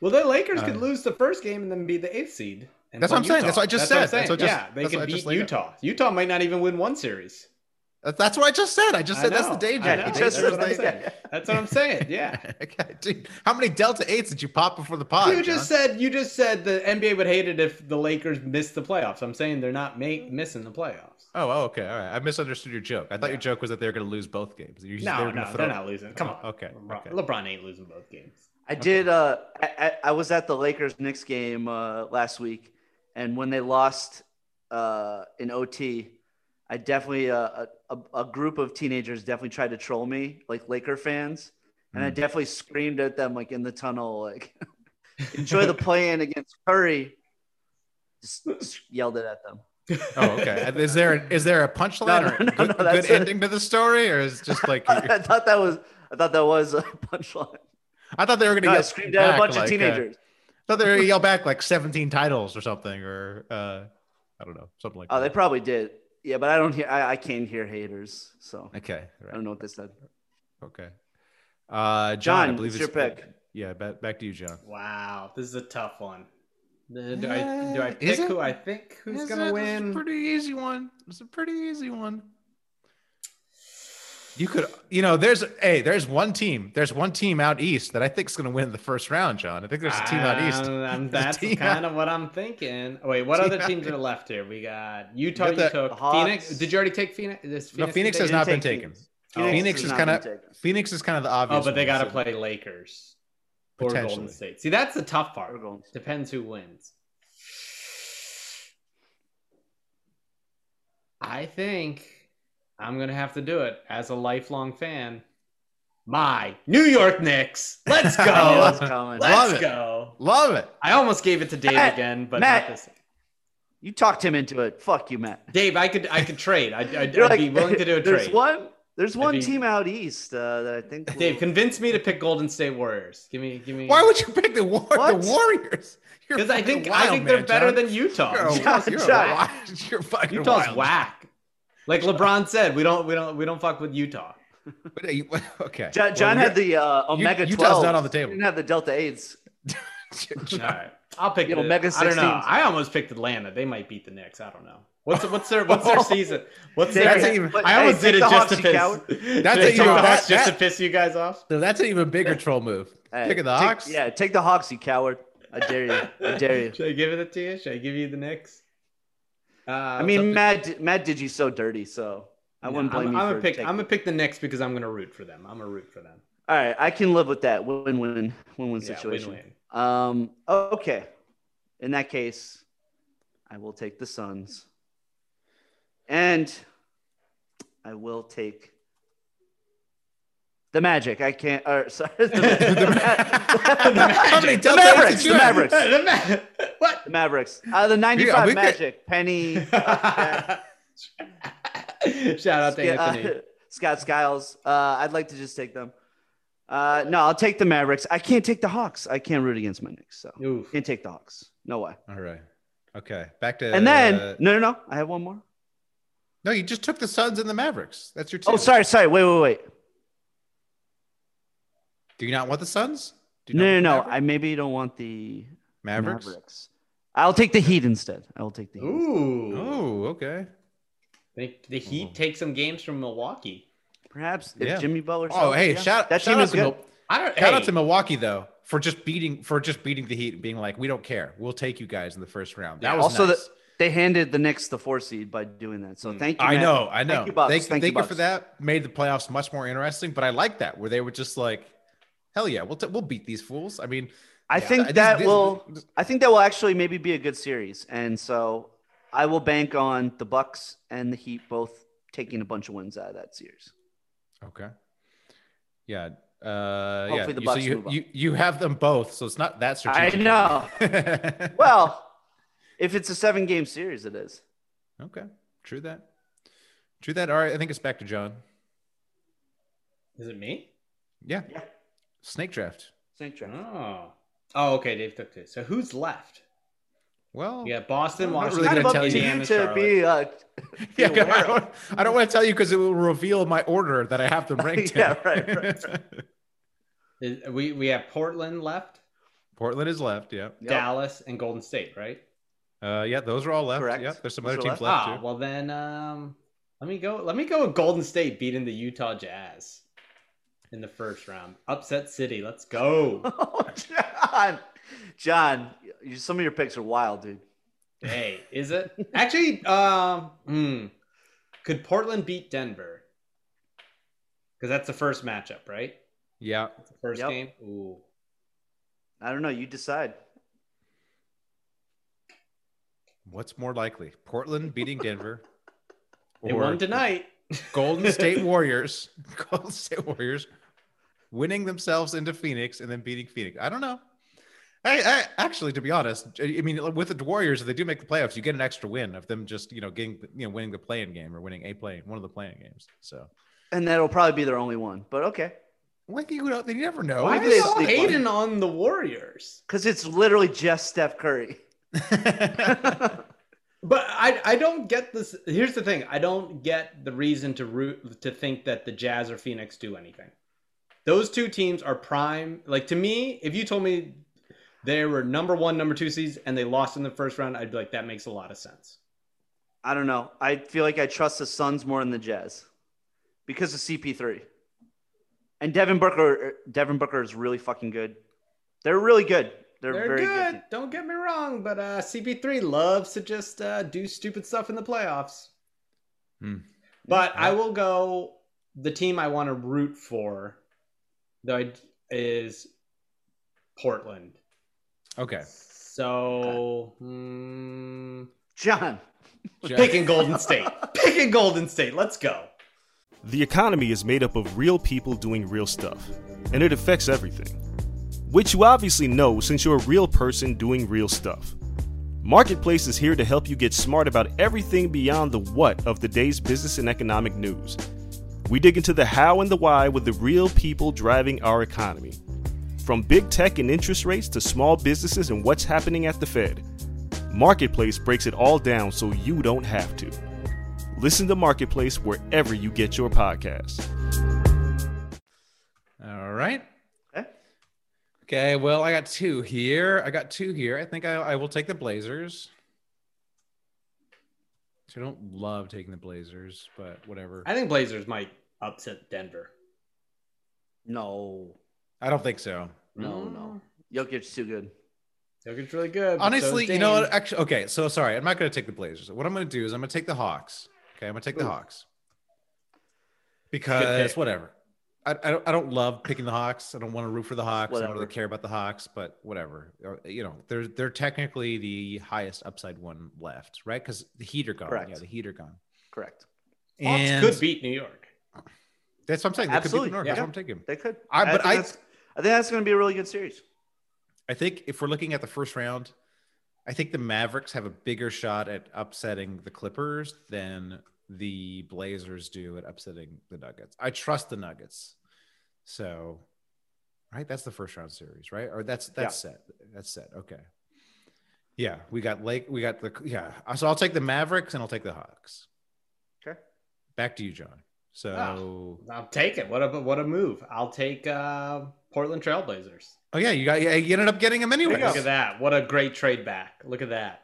[SPEAKER 8] Well, the Lakers could
[SPEAKER 6] Uh,
[SPEAKER 8] lose the first game and then be the eighth seed. and
[SPEAKER 6] That's what I'm
[SPEAKER 8] play
[SPEAKER 6] saying. That's what I just
[SPEAKER 8] That's
[SPEAKER 6] said.
[SPEAKER 8] What I'm
[SPEAKER 6] That's what I
[SPEAKER 8] saying.
[SPEAKER 6] just-
[SPEAKER 8] yeah, they
[SPEAKER 6] that's what I
[SPEAKER 8] could
[SPEAKER 6] just
[SPEAKER 8] beat
[SPEAKER 6] laid out.
[SPEAKER 8] Utah. Utah might not even win one series.
[SPEAKER 6] That- That's what I just said. I just
[SPEAKER 8] I
[SPEAKER 6] said that's the
[SPEAKER 8] know.
[SPEAKER 6] danger.
[SPEAKER 8] I
[SPEAKER 7] Yeah, he
[SPEAKER 8] know.
[SPEAKER 7] just
[SPEAKER 8] That's
[SPEAKER 7] said
[SPEAKER 8] what I'm
[SPEAKER 7] they-
[SPEAKER 8] saying. That's what I'm saying. Yeah.
[SPEAKER 6] Okay, dude, how many Delta eights did you pop before the pod?
[SPEAKER 8] you just
[SPEAKER 6] John?
[SPEAKER 8] said you just said the NBA would hate it if the Lakers missed the playoffs. I'm saying they're not ma- missing the playoffs.
[SPEAKER 6] Oh, oh, okay. All right. I misunderstood your joke. I thought your joke was that they were going to lose both games. You- they
[SPEAKER 8] No,
[SPEAKER 6] were
[SPEAKER 8] no,
[SPEAKER 6] gonna
[SPEAKER 8] they're
[SPEAKER 6] throw-
[SPEAKER 8] not losing. Come on.
[SPEAKER 6] Oh, okay,
[SPEAKER 8] LeBron,
[SPEAKER 6] okay.
[SPEAKER 8] LeBron ain't losing both games.
[SPEAKER 7] I did. Uh, I, I- I was at the Lakers Knicks game uh, last week, and when they lost uh, in OT, I definitely uh, a, a, a group of teenagers definitely tried to troll me, like Laker fans, and I
[SPEAKER 6] Mm.
[SPEAKER 7] definitely screamed at them like in the tunnel, like enjoy the play in against Curry. Just yelled it at them.
[SPEAKER 6] Oh, okay. Is there is there a punchline
[SPEAKER 7] No,
[SPEAKER 6] or a
[SPEAKER 7] no, no,
[SPEAKER 6] good,
[SPEAKER 7] no,
[SPEAKER 6] good
[SPEAKER 7] that's it.
[SPEAKER 6] ending to the story, or is it just like
[SPEAKER 7] I thought that was. I thought that was a punchline.
[SPEAKER 6] I thought they were going to
[SPEAKER 7] No, I
[SPEAKER 6] get uh,
[SPEAKER 7] screamed at a bunch of
[SPEAKER 6] teenagers.
[SPEAKER 7] teenagers.
[SPEAKER 6] thought they were gonna yell back like 17 titles or something, or uh, I don't know, something like
[SPEAKER 7] Oh, they
[SPEAKER 6] that.
[SPEAKER 7] probably did. Yeah, but I don't hear. I, I can't hear haters, so
[SPEAKER 6] okay,
[SPEAKER 7] I
[SPEAKER 6] right,
[SPEAKER 7] don't know what they said.
[SPEAKER 6] okay. Uh, John, I
[SPEAKER 7] John,
[SPEAKER 6] believe
[SPEAKER 7] it's your
[SPEAKER 6] it's-
[SPEAKER 7] pick.
[SPEAKER 6] Yeah, back, back to you, John.
[SPEAKER 8] Wow, this is a tough one. Do I do I
[SPEAKER 6] Uh,
[SPEAKER 8] pick
[SPEAKER 6] is it?
[SPEAKER 8] who I think who's gonna win?
[SPEAKER 6] pretty easy one. It's a pretty easy one. You could, you know, there's hey, there's one team, there's one team out east that I think is going to win the first round, John. I think there's a team out east.
[SPEAKER 8] Um, um,
[SPEAKER 6] There's a
[SPEAKER 8] that's
[SPEAKER 6] team
[SPEAKER 8] kind of what I'm thinking. Oh, wait, what
[SPEAKER 6] Team
[SPEAKER 8] other
[SPEAKER 6] out
[SPEAKER 8] teams
[SPEAKER 6] east.
[SPEAKER 8] are left here? We got Utah.
[SPEAKER 6] got
[SPEAKER 8] You,
[SPEAKER 6] the
[SPEAKER 8] took
[SPEAKER 7] Hawks.
[SPEAKER 8] Phoenix. Did you already take Phoenix? Is Phoenix
[SPEAKER 6] no, Phoenix has
[SPEAKER 8] taken?
[SPEAKER 6] not been
[SPEAKER 7] take
[SPEAKER 6] taken.
[SPEAKER 7] Phoenix.
[SPEAKER 8] Oh.
[SPEAKER 6] Phoenix is
[SPEAKER 7] not
[SPEAKER 6] kinda-
[SPEAKER 7] been taken.
[SPEAKER 6] Phoenix is kind of the obvious.
[SPEAKER 8] Oh, but they
[SPEAKER 6] one,
[SPEAKER 8] got
[SPEAKER 6] so-
[SPEAKER 8] to play Lakers or Golden
[SPEAKER 6] Potentially.
[SPEAKER 8] State. See, that's the tough
[SPEAKER 7] We're
[SPEAKER 8] part.
[SPEAKER 7] going-
[SPEAKER 8] Depends who wins. I think I'm gonna have to do it as a lifelong fan. My New York Knicks. Let's
[SPEAKER 7] I knew it was
[SPEAKER 8] go.
[SPEAKER 7] coming.
[SPEAKER 6] Love it.
[SPEAKER 8] Let's go.
[SPEAKER 6] Love it.
[SPEAKER 8] I almost gave it to Dave
[SPEAKER 7] Matt,
[SPEAKER 8] again, but
[SPEAKER 7] Matt.
[SPEAKER 8] not this.
[SPEAKER 7] You talked him into it. Fuck you, Matt.
[SPEAKER 8] Dave, I could I could trade. I'd, I'd,
[SPEAKER 7] You're
[SPEAKER 8] I'd
[SPEAKER 7] like,
[SPEAKER 8] be willing to do a
[SPEAKER 7] there's
[SPEAKER 8] trade.
[SPEAKER 7] One, there's one
[SPEAKER 8] be-
[SPEAKER 7] team out east uh, that I think.
[SPEAKER 8] Dave,
[SPEAKER 7] will-
[SPEAKER 8] convince me to pick Golden State Warriors. Give me, give me.
[SPEAKER 6] Why would you pick the, war- the
[SPEAKER 7] What?
[SPEAKER 6] Warriors? You're
[SPEAKER 8] Because I
[SPEAKER 6] fucking
[SPEAKER 8] think I
[SPEAKER 6] wild,
[SPEAKER 8] think they're
[SPEAKER 6] man,
[SPEAKER 8] better
[SPEAKER 6] John.
[SPEAKER 8] than Utah.
[SPEAKER 6] You're, a-
[SPEAKER 8] Utah's,
[SPEAKER 6] you're, a
[SPEAKER 7] John.
[SPEAKER 6] wild- you're fucking
[SPEAKER 8] Utah's
[SPEAKER 6] wild.
[SPEAKER 8] whack. Like LeBron said, we don't, we don't, we don't fuck with Utah.
[SPEAKER 6] But, uh, you- okay.
[SPEAKER 7] Jo- John
[SPEAKER 6] Well,
[SPEAKER 7] had the uh,
[SPEAKER 6] you-
[SPEAKER 7] Omega
[SPEAKER 6] Utah's
[SPEAKER 7] 12.
[SPEAKER 6] not on the table.
[SPEAKER 7] He didn't have the Delta 8s.
[SPEAKER 6] you're-
[SPEAKER 8] All right. I'll pick.
[SPEAKER 7] You know,
[SPEAKER 8] the-
[SPEAKER 7] Mega
[SPEAKER 8] I don't
[SPEAKER 7] 16.
[SPEAKER 8] know. I almost picked Atlanta. They might beat the Knicks. I don't know. What's what's their what's their season? What's their?
[SPEAKER 6] That's even-
[SPEAKER 7] but,
[SPEAKER 8] I
[SPEAKER 7] hey,
[SPEAKER 8] almost
[SPEAKER 7] take
[SPEAKER 8] did it
[SPEAKER 7] the
[SPEAKER 8] just to
[SPEAKER 7] Hawks,
[SPEAKER 8] piss.
[SPEAKER 7] you
[SPEAKER 6] That's
[SPEAKER 7] coward.
[SPEAKER 8] Did I
[SPEAKER 6] a-
[SPEAKER 8] take
[SPEAKER 6] you
[SPEAKER 8] the
[SPEAKER 6] know,
[SPEAKER 8] Hawks
[SPEAKER 6] that-
[SPEAKER 8] just to
[SPEAKER 6] that-
[SPEAKER 8] piss you guys off.
[SPEAKER 6] So that's an even bigger troll move.
[SPEAKER 7] Hey,
[SPEAKER 6] Picking the
[SPEAKER 7] take-
[SPEAKER 6] Hawks.
[SPEAKER 7] Yeah, take the Hawks, you coward. I dare you. I dare you.
[SPEAKER 8] Should I give it to you? Should I give you the Knicks? Uh,
[SPEAKER 7] I mean, Matt, Matt did you so dirty, so I wouldn't blame
[SPEAKER 8] I'm,
[SPEAKER 7] you
[SPEAKER 8] I'm
[SPEAKER 7] for
[SPEAKER 8] gonna pick. I'm
[SPEAKER 7] taking
[SPEAKER 8] gonna
[SPEAKER 7] it.
[SPEAKER 8] pick the Knicks because I'm gonna root for them. I'm gonna root for them.
[SPEAKER 7] All right, I can live with that win-win, win-win
[SPEAKER 8] Yeah,
[SPEAKER 7] situation.
[SPEAKER 8] win-win.
[SPEAKER 7] Um, okay. In that case, I will take the Suns. And I will take the Magic. I can't. Or, sorry, the, Ma-
[SPEAKER 6] How many
[SPEAKER 7] the
[SPEAKER 6] dumb
[SPEAKER 7] Mavericks.
[SPEAKER 6] things did you
[SPEAKER 7] The
[SPEAKER 6] have?
[SPEAKER 7] Mavericks.
[SPEAKER 8] The Ma- what?
[SPEAKER 7] The Mavericks. Uh, the 95
[SPEAKER 6] we could-
[SPEAKER 7] Magic. Penny.
[SPEAKER 8] Shout out to
[SPEAKER 7] Yeah, uh,
[SPEAKER 8] Anthony.
[SPEAKER 7] Scott Skiles. Uh, I'd like to just take them. Uh, no, I'll take the Mavericks. I can't take the Hawks. I can't root against my Knicks. So
[SPEAKER 8] Oof.
[SPEAKER 7] can't take the Hawks. No way.
[SPEAKER 6] All right. Okay. Back to
[SPEAKER 7] And then
[SPEAKER 6] uh,
[SPEAKER 7] no, no, no. I have one more.
[SPEAKER 6] no, you just took the Suns and the Mavericks. That's your team.
[SPEAKER 7] Oh, sorry, sorry. Wait, wait, wait.
[SPEAKER 6] Do you not want the Suns? Do you
[SPEAKER 7] No, no,
[SPEAKER 6] not
[SPEAKER 7] no.
[SPEAKER 6] want
[SPEAKER 7] I maybe don't want the
[SPEAKER 6] the
[SPEAKER 7] Mavericks.
[SPEAKER 6] Mavericks.
[SPEAKER 7] I'll take the Heat instead. I will take the Heat.
[SPEAKER 8] Ooh.
[SPEAKER 6] Oh, okay.
[SPEAKER 8] The, the
[SPEAKER 7] Mm-hmm.
[SPEAKER 8] Heat take some games from Milwaukee.
[SPEAKER 7] Perhaps if
[SPEAKER 6] Yeah.
[SPEAKER 7] Jimmy Butler.
[SPEAKER 6] Oh,
[SPEAKER 7] sells-
[SPEAKER 6] hey,
[SPEAKER 7] yeah.
[SPEAKER 6] shout
[SPEAKER 7] that
[SPEAKER 6] shout
[SPEAKER 7] team
[SPEAKER 6] out
[SPEAKER 7] is
[SPEAKER 6] to
[SPEAKER 7] good.
[SPEAKER 6] Mil-
[SPEAKER 8] I don't.
[SPEAKER 6] shout
[SPEAKER 8] hey,
[SPEAKER 6] out to Milwaukee though for just beating for just beating the Heat and being like, we don't care, we'll take you guys in the first round. That
[SPEAKER 8] Yeah.
[SPEAKER 6] was
[SPEAKER 7] also,
[SPEAKER 6] nice.
[SPEAKER 7] the, they handed the Knicks the four seed by doing that. So thank you.
[SPEAKER 6] I
[SPEAKER 7] Matt.
[SPEAKER 6] know, I know.
[SPEAKER 7] Thank you, Bucks.
[SPEAKER 6] Thank,
[SPEAKER 7] Thank you,
[SPEAKER 6] thank you for
[SPEAKER 7] Bucks.
[SPEAKER 6] that. Made the playoffs much more interesting. But I like that where they were just like, hell yeah, we'll t- we'll beat these fools. I mean,
[SPEAKER 7] I
[SPEAKER 6] yeah,
[SPEAKER 7] think
[SPEAKER 6] this-
[SPEAKER 7] that
[SPEAKER 6] this-
[SPEAKER 7] will. I think that will actually maybe be a good series, and so I will bank on the Bucks and the Heat both taking a bunch of wins out of that series.
[SPEAKER 6] Okay. Yeah. Uh, yeah.
[SPEAKER 7] Hopefully the
[SPEAKER 6] You- so
[SPEAKER 7] Bucks
[SPEAKER 6] you,
[SPEAKER 7] move up.
[SPEAKER 6] you you have them both, so it's not that strategic.
[SPEAKER 7] know.
[SPEAKER 6] well,
[SPEAKER 7] Well, if it's a seven-game series, it is.
[SPEAKER 6] okay. True that. True that. All right. I think it's back to John.
[SPEAKER 8] Is it me?
[SPEAKER 6] Yeah.
[SPEAKER 7] Yeah.
[SPEAKER 6] Snake draft.
[SPEAKER 7] Snake draft.
[SPEAKER 8] Oh. Oh, okay. Dave took this. So who's left?
[SPEAKER 6] Well,
[SPEAKER 8] Yeah, Boston,
[SPEAKER 6] I'm not
[SPEAKER 8] Washington,
[SPEAKER 6] really
[SPEAKER 7] Kind
[SPEAKER 6] gonna
[SPEAKER 7] of up
[SPEAKER 6] tell
[SPEAKER 7] to
[SPEAKER 6] you.
[SPEAKER 7] you
[SPEAKER 8] Indiana,
[SPEAKER 7] to be. Uh,
[SPEAKER 6] yeah,
[SPEAKER 7] be aware
[SPEAKER 6] I,
[SPEAKER 7] of.
[SPEAKER 6] don't, I don't want to tell you because it will reveal my order that I have them ranked.
[SPEAKER 7] Yeah,
[SPEAKER 6] in.
[SPEAKER 7] right, right,
[SPEAKER 8] Charlotte. Is- We we have Portland left,
[SPEAKER 6] Portland is left. Yeah.
[SPEAKER 7] Yep.
[SPEAKER 8] Dallas, and Golden State, right?
[SPEAKER 6] Uh, yeah, those are all left.
[SPEAKER 7] Correct.
[SPEAKER 6] Yeah, there's some
[SPEAKER 7] Those
[SPEAKER 6] other
[SPEAKER 7] are
[SPEAKER 6] teams left,
[SPEAKER 8] Ah,
[SPEAKER 6] too.
[SPEAKER 8] well then, um, let me go. Let me go with Golden State beating the Utah Jazz in the first round. Upset City. Let's go.
[SPEAKER 7] Oh, John, John, you, some of your picks are wild, dude.
[SPEAKER 8] hey, is it actually? Um, hmm. could Portland beat Denver? Because that's the first matchup, right?
[SPEAKER 6] Yeah.
[SPEAKER 8] That's the first
[SPEAKER 7] Yep.
[SPEAKER 8] game. Ooh.
[SPEAKER 7] I don't know. You decide.
[SPEAKER 6] What's more likely, Portland beating Denver?
[SPEAKER 8] They
[SPEAKER 6] or
[SPEAKER 8] won tonight.
[SPEAKER 6] Golden State Warriors, Golden State Warriors, winning themselves into Phoenix and then beating Phoenix. I don't know. I, I actually, to be honest, I I mean, with the Warriors, if they do make the playoffs, you get an extra win of them just you know getting you know winning the playing game or winning a play one of the playing games. So
[SPEAKER 7] And that'll probably be their only one. But okay.
[SPEAKER 6] like you know, they never know.
[SPEAKER 8] Why
[SPEAKER 7] Why
[SPEAKER 8] are
[SPEAKER 7] did they
[SPEAKER 8] you all
[SPEAKER 7] sneak one?
[SPEAKER 8] hating on the Warriors?
[SPEAKER 7] Because it's literally just Steph Curry.
[SPEAKER 8] But I I don't get this. Here's the thing: I don't get the reason to root to think that the Jazz or Phoenix do anything. Those two teams are prime. Like to me, if you told me they were number one, number two seeds, and they lost in the first round, I'd be like, that makes a lot of sense.
[SPEAKER 7] I don't know. I feel like I trust the Suns more than the Jazz because of CP3. And Devin Booker, er, Devin Booker is really fucking good. They're really good. They're,
[SPEAKER 8] They're,
[SPEAKER 7] very
[SPEAKER 8] good.
[SPEAKER 7] good.
[SPEAKER 8] Don't get me wrong, but uh, CP3 loves to just uh, do stupid stuff in the playoffs.
[SPEAKER 6] Hmm.
[SPEAKER 8] But I will go. The team I want to root for, though, I- is Portland.
[SPEAKER 6] okay,
[SPEAKER 8] So, mm,
[SPEAKER 7] John,
[SPEAKER 8] picking Golden State. Picking Golden State. Let's go.
[SPEAKER 4] The economy is made up of real people doing real stuff, and it affects everything. Which you obviously know since you're a real person doing real stuff. Marketplace is here to help you get smart about everything beyond the what of the day's business and economic news. We dig into the how and the why with the real people driving our economy. From big tech and interest rates to small businesses and what's happening at the Fed, Marketplace breaks it all down so you don't have to. Listen to Marketplace wherever you get your podcasts.
[SPEAKER 6] all right.
[SPEAKER 7] Okay.
[SPEAKER 6] Okay, well, I got two here. I got two here. I think I, I will take the Blazers. So I don't love taking the Blazers, but whatever.
[SPEAKER 8] I think Blazers might upset Denver.
[SPEAKER 7] No,
[SPEAKER 6] I don't think so.
[SPEAKER 7] no,
[SPEAKER 6] Mm.
[SPEAKER 7] no. Jokic's too good.
[SPEAKER 8] Jokic's really good. but so
[SPEAKER 6] Honestly,
[SPEAKER 8] is
[SPEAKER 6] you know
[SPEAKER 8] Dame.
[SPEAKER 6] what? Actually, okay. So sorry, I'm not going to take the Blazers. What I'm going to do is I'm going to take the Hawks. Okay, I'm going to take the Hawks because
[SPEAKER 8] pick.
[SPEAKER 6] whatever. I, I, don't, I don't love picking the Hawks. I don't want to root for the Hawks. I don't
[SPEAKER 7] Whatever.
[SPEAKER 6] really care about the Hawks, but whatever. Or, You know, they're they're technically the highest upside one left, right? Because the Heat are gone.
[SPEAKER 7] Correct.
[SPEAKER 6] Yeah, the Heat are gone.
[SPEAKER 7] Correct.
[SPEAKER 8] Hawks
[SPEAKER 6] And
[SPEAKER 8] could beat New York.
[SPEAKER 6] that's what I'm saying. They could beat the
[SPEAKER 7] Absolutely,
[SPEAKER 6] North.
[SPEAKER 7] yeah.
[SPEAKER 6] That's what I'm taking.
[SPEAKER 7] They could.
[SPEAKER 6] I- but
[SPEAKER 7] think
[SPEAKER 6] I-
[SPEAKER 7] that's- I think that's going to be a really good series.
[SPEAKER 6] I think if we're looking at the first round, I think the Mavericks have a bigger shot at upsetting the Clippers than the Blazers do at upsetting the Nuggets. I trust the Nuggets. So, right, that's the first round series, right? Or that's that's set. That's set. Okay. Yeah, we got Lake. We got the yeah. So I'll take the Mavericks and I'll take the Hawks.
[SPEAKER 7] Okay.
[SPEAKER 6] Back to you, John. So, oh,
[SPEAKER 8] I'll take it. What a what a move. I'll take uh, Portland Trailblazers.
[SPEAKER 6] oh, yeah, you got yeah, you ended up getting them anyway.
[SPEAKER 8] Look at that. What a great trade back. Look at that.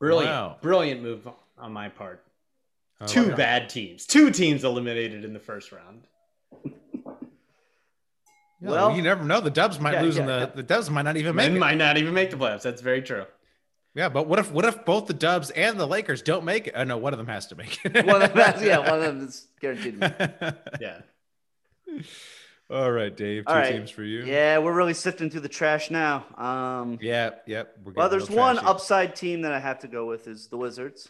[SPEAKER 8] Brilliant.
[SPEAKER 6] Wow.
[SPEAKER 8] Brilliant move on my part.
[SPEAKER 6] Oh,
[SPEAKER 8] Two bad teams. Two teams eliminated in the first round.
[SPEAKER 6] well,
[SPEAKER 7] Well-
[SPEAKER 6] you never know. The Dubs might
[SPEAKER 8] Yeah,
[SPEAKER 6] lose, and
[SPEAKER 8] yeah,
[SPEAKER 6] the,
[SPEAKER 8] yeah.
[SPEAKER 6] the Dubs might not even make
[SPEAKER 8] Men
[SPEAKER 6] it.
[SPEAKER 8] might not even make the playoffs. That's very true.
[SPEAKER 6] Yeah, but what if what if both the Dubs and the Lakers don't make it? Oh no, one of them has to make it.
[SPEAKER 7] One of them, yeah, one of them is guaranteed. to make it.
[SPEAKER 8] Yeah.
[SPEAKER 6] All right, Dave. Two
[SPEAKER 7] All right.
[SPEAKER 6] teams for you.
[SPEAKER 7] Yeah, we're really sifting through the trash now. Um,
[SPEAKER 6] Yeah. Yep. We're
[SPEAKER 7] well,
[SPEAKER 6] getting
[SPEAKER 7] there's
[SPEAKER 6] real
[SPEAKER 7] one
[SPEAKER 6] trashy.
[SPEAKER 7] upside team that I have to go with is the Wizards.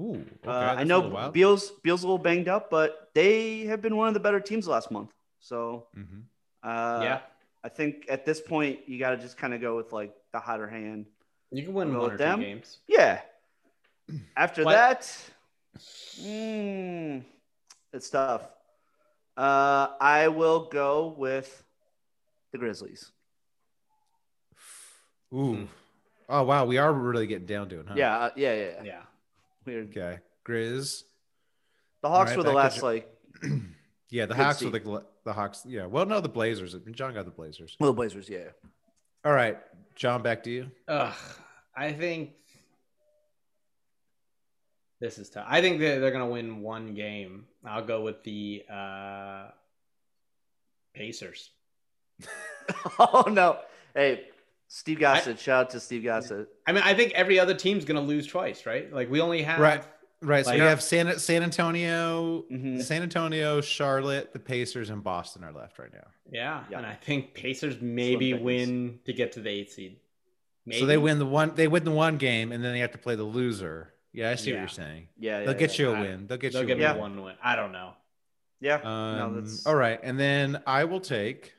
[SPEAKER 6] Ooh, okay,
[SPEAKER 7] Uh,
[SPEAKER 6] that's
[SPEAKER 7] I
[SPEAKER 6] a little
[SPEAKER 7] know
[SPEAKER 6] wild.
[SPEAKER 7] Beal's Beal's a little banged up, but they have been one of the better teams last month. So
[SPEAKER 6] Mhm.
[SPEAKER 7] uh,
[SPEAKER 8] yeah.
[SPEAKER 7] I think at this point you got to just kind of go with like the hotter hand.
[SPEAKER 8] You can win
[SPEAKER 7] Go
[SPEAKER 8] one
[SPEAKER 7] with
[SPEAKER 8] or
[SPEAKER 7] them?
[SPEAKER 8] two games.
[SPEAKER 7] Yeah. After
[SPEAKER 8] What-
[SPEAKER 7] that, mm, it's tough. Uh, I will go with the Grizzlies.
[SPEAKER 6] Ooh. Oh wow, we are really getting down to it, huh?
[SPEAKER 7] Hmm. Yeah, uh, yeah, yeah, yeah.
[SPEAKER 8] Yeah.
[SPEAKER 7] Weird.
[SPEAKER 6] Okay. Grizz.
[SPEAKER 7] The Hawks
[SPEAKER 6] right,
[SPEAKER 7] were the
[SPEAKER 6] that
[SPEAKER 7] last
[SPEAKER 6] gives you-
[SPEAKER 7] like
[SPEAKER 6] yeah, the
[SPEAKER 7] Good
[SPEAKER 6] Hawks
[SPEAKER 7] seed.
[SPEAKER 6] are the gl- the Hawks. Yeah. Well, no, the Blazers. John got the Blazers.
[SPEAKER 7] little Blazers. Yeah.
[SPEAKER 6] All right, John, back to you.
[SPEAKER 8] Ugh. I think this is tough. I think they're, they're going to win one game. I'll go with the uh, Pacers.
[SPEAKER 7] oh no. Hey, Steve Gossett. shout out to Steve Gossett.
[SPEAKER 8] I mean, I think every other team's going to lose twice, right? Like we only have
[SPEAKER 6] Right. Right. So
[SPEAKER 8] Like-
[SPEAKER 6] we have San San Antonio,
[SPEAKER 8] Mm.
[SPEAKER 7] Mhm.
[SPEAKER 6] San Antonio, Charlotte, the Pacers, and Boston are left right now.
[SPEAKER 8] Yeah,
[SPEAKER 7] Yeah.
[SPEAKER 8] and I think Pacers maybe
[SPEAKER 7] pickings.
[SPEAKER 8] win to get to the eighth seed. Maybe.
[SPEAKER 6] So they win the one. They win the one game, and then they have to play the loser. Yeah, I see what
[SPEAKER 8] Yeah.
[SPEAKER 6] you're saying.
[SPEAKER 7] Yeah.
[SPEAKER 6] They'll
[SPEAKER 7] yeah,
[SPEAKER 6] get
[SPEAKER 7] yeah.
[SPEAKER 6] you a
[SPEAKER 8] I-
[SPEAKER 6] win. They'll get
[SPEAKER 8] They'll
[SPEAKER 6] you.
[SPEAKER 8] give
[SPEAKER 6] a
[SPEAKER 8] me
[SPEAKER 6] win.
[SPEAKER 8] one win. I don't know.
[SPEAKER 7] Yeah.
[SPEAKER 6] Um,
[SPEAKER 7] no, that's
[SPEAKER 6] All right, and then I will take.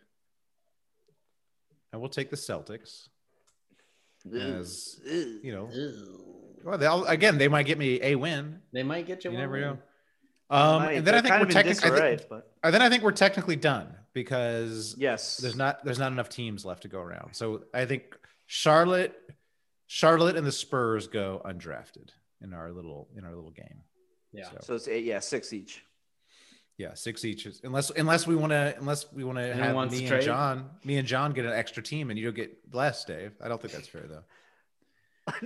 [SPEAKER 6] I will take the Celtics. As
[SPEAKER 7] Ugh.
[SPEAKER 6] you know, well, they'll again. They might get me a win.
[SPEAKER 8] They might get you.
[SPEAKER 6] You
[SPEAKER 8] one
[SPEAKER 6] never
[SPEAKER 8] win.
[SPEAKER 6] know. Um, and then I
[SPEAKER 7] They're
[SPEAKER 6] think
[SPEAKER 7] kind
[SPEAKER 6] we're
[SPEAKER 7] of in
[SPEAKER 6] technically. I think-
[SPEAKER 7] disarray, but
[SPEAKER 6] and then I think we're technically done because
[SPEAKER 7] yes,
[SPEAKER 6] there's not there's not enough teams left to go around. So I think Charlotte, Charlotte and the Spurs go undrafted in our little in our little game.
[SPEAKER 8] Yeah.
[SPEAKER 6] So,
[SPEAKER 7] So it's eight, yeah, six each.
[SPEAKER 6] yeah, six each. is- Unless unless we want to unless we want to
[SPEAKER 8] Anyone
[SPEAKER 6] have
[SPEAKER 8] wants
[SPEAKER 6] me
[SPEAKER 8] to
[SPEAKER 6] and
[SPEAKER 8] trade?
[SPEAKER 6] John me and John get an extra team and you don't get less, Dave. I don't think that's fair though.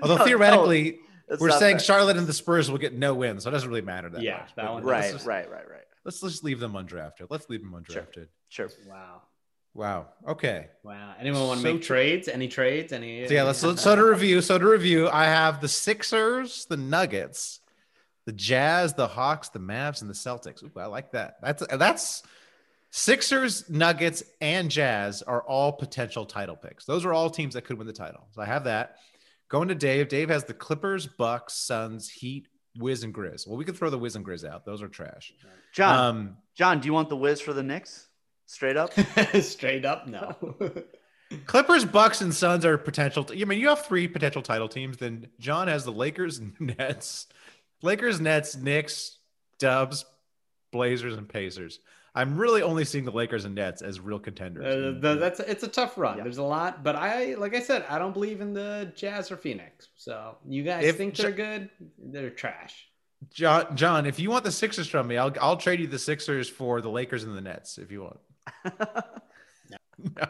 [SPEAKER 6] Although
[SPEAKER 7] No,
[SPEAKER 6] theoretically,
[SPEAKER 7] no, it's
[SPEAKER 6] we're
[SPEAKER 7] not
[SPEAKER 6] saying
[SPEAKER 7] fair.
[SPEAKER 6] Charlotte and the Spurs will get no wins, so it doesn't really matter that
[SPEAKER 8] Yeah,
[SPEAKER 6] much.
[SPEAKER 8] that
[SPEAKER 6] But
[SPEAKER 8] one-
[SPEAKER 7] right,
[SPEAKER 6] Let's just,
[SPEAKER 7] right, right, right.
[SPEAKER 6] Let's just leave them undrafted. Let's leave them undrafted.
[SPEAKER 7] Sure. Sure.
[SPEAKER 8] Wow.
[SPEAKER 6] Wow. Okay.
[SPEAKER 8] Wow. Anyone want to
[SPEAKER 6] So
[SPEAKER 8] make
[SPEAKER 6] tr-
[SPEAKER 8] trades? Any trades? Any?
[SPEAKER 6] So yeah, let's so, so to review. So to review, I have the Sixers, the Nuggets, the Jazz, the Hawks, the Mavs, and the Celtics. Ooh, I like that. That's that's Sixers, Nuggets, and Jazz are all potential title picks. Those are all teams that could win the title. So I have that. Going to Dave. Dave has the Clippers, Bucks, Suns, Heat, Wiz, and Grizz. Well, we could throw the Wiz and Grizz out. Those are trash.
[SPEAKER 7] John,
[SPEAKER 6] Um,
[SPEAKER 7] John, do you want the whiz for the Knicks? Straight up.
[SPEAKER 8] Straight up, no.
[SPEAKER 6] Clippers, Bucks, and Suns are potential. I mean, you have three potential title teams. Then John has the Lakers, Nets, Lakers, Nets, Knicks, Dubs, Blazers, and Pacers. I'm really only seeing the Lakers and Nets as real contenders.
[SPEAKER 8] Uh, the- that's it's a tough run.
[SPEAKER 7] Yeah.
[SPEAKER 8] There's a lot, but I like I said, I don't believe in the Jazz or Phoenix. So you guys
[SPEAKER 6] If
[SPEAKER 8] think
[SPEAKER 6] Ja-
[SPEAKER 8] they're good? They're trash.
[SPEAKER 6] John, John, if you want the Sixers from me, I'll I'll trade you the Sixers for the Lakers and the Nets if you want.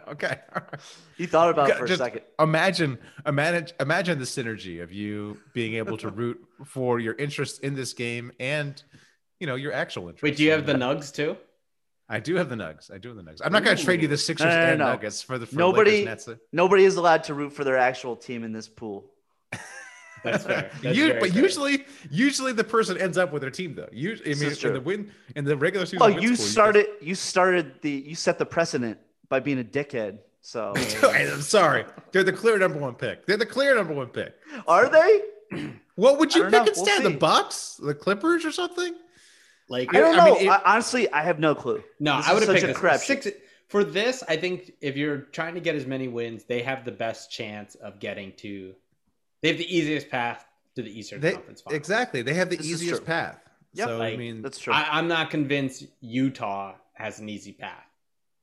[SPEAKER 6] okay. all right.
[SPEAKER 7] He thought about it for
[SPEAKER 6] Just
[SPEAKER 7] a second.
[SPEAKER 6] Imagine, imagine, imagine the synergy of you being able to root for your interest in this game and, you know, your actual interest.
[SPEAKER 8] Wait, do you have the nugs too?
[SPEAKER 6] I do have the Nugs. I do have the Nugs. I'm not going to trade you the Sixers
[SPEAKER 7] No, no, no,
[SPEAKER 6] and
[SPEAKER 7] no.
[SPEAKER 6] Nuggets for the for
[SPEAKER 7] Nobody-
[SPEAKER 6] Lakers, Nets.
[SPEAKER 7] Nobody is allowed to root for their actual team in this pool.
[SPEAKER 8] That's fair. That's
[SPEAKER 6] you,
[SPEAKER 8] very
[SPEAKER 6] but
[SPEAKER 8] fair.
[SPEAKER 6] usually, usually the person ends up with their team though. You, I mean,
[SPEAKER 7] is true.
[SPEAKER 6] in the win, in the regular season.
[SPEAKER 7] Well,
[SPEAKER 6] win
[SPEAKER 7] Oh, you
[SPEAKER 6] score,
[SPEAKER 7] started. You started the. You set the precedent by being a dickhead. So
[SPEAKER 6] I'm sorry, they're the clear number one pick. They're the clear number one pick.
[SPEAKER 7] are they?
[SPEAKER 6] What would you
[SPEAKER 7] I
[SPEAKER 6] pick
[SPEAKER 7] don't know. We'll
[SPEAKER 6] instead?
[SPEAKER 7] see.
[SPEAKER 6] the Bucks, the Clippers, or something?
[SPEAKER 8] like
[SPEAKER 7] I don't
[SPEAKER 6] I
[SPEAKER 7] know.
[SPEAKER 6] mean, it-
[SPEAKER 7] I, honestly, I have no clue.
[SPEAKER 8] No,
[SPEAKER 7] This
[SPEAKER 8] I
[SPEAKER 7] is
[SPEAKER 8] would have picked
[SPEAKER 7] such a
[SPEAKER 8] this.
[SPEAKER 7] crapshoot.
[SPEAKER 8] six. For this, I think if you're trying to get as many wins, they have the best chance of getting to. They have the easiest path to the Eastern
[SPEAKER 6] They,
[SPEAKER 8] Conference Finals.
[SPEAKER 6] exactly. They have the
[SPEAKER 7] This is
[SPEAKER 6] easiest
[SPEAKER 7] true.
[SPEAKER 6] path.
[SPEAKER 7] Yep.
[SPEAKER 6] So I
[SPEAKER 8] Like,
[SPEAKER 6] mean,
[SPEAKER 7] That's true.
[SPEAKER 8] I, I'm not convinced Utah has an easy path.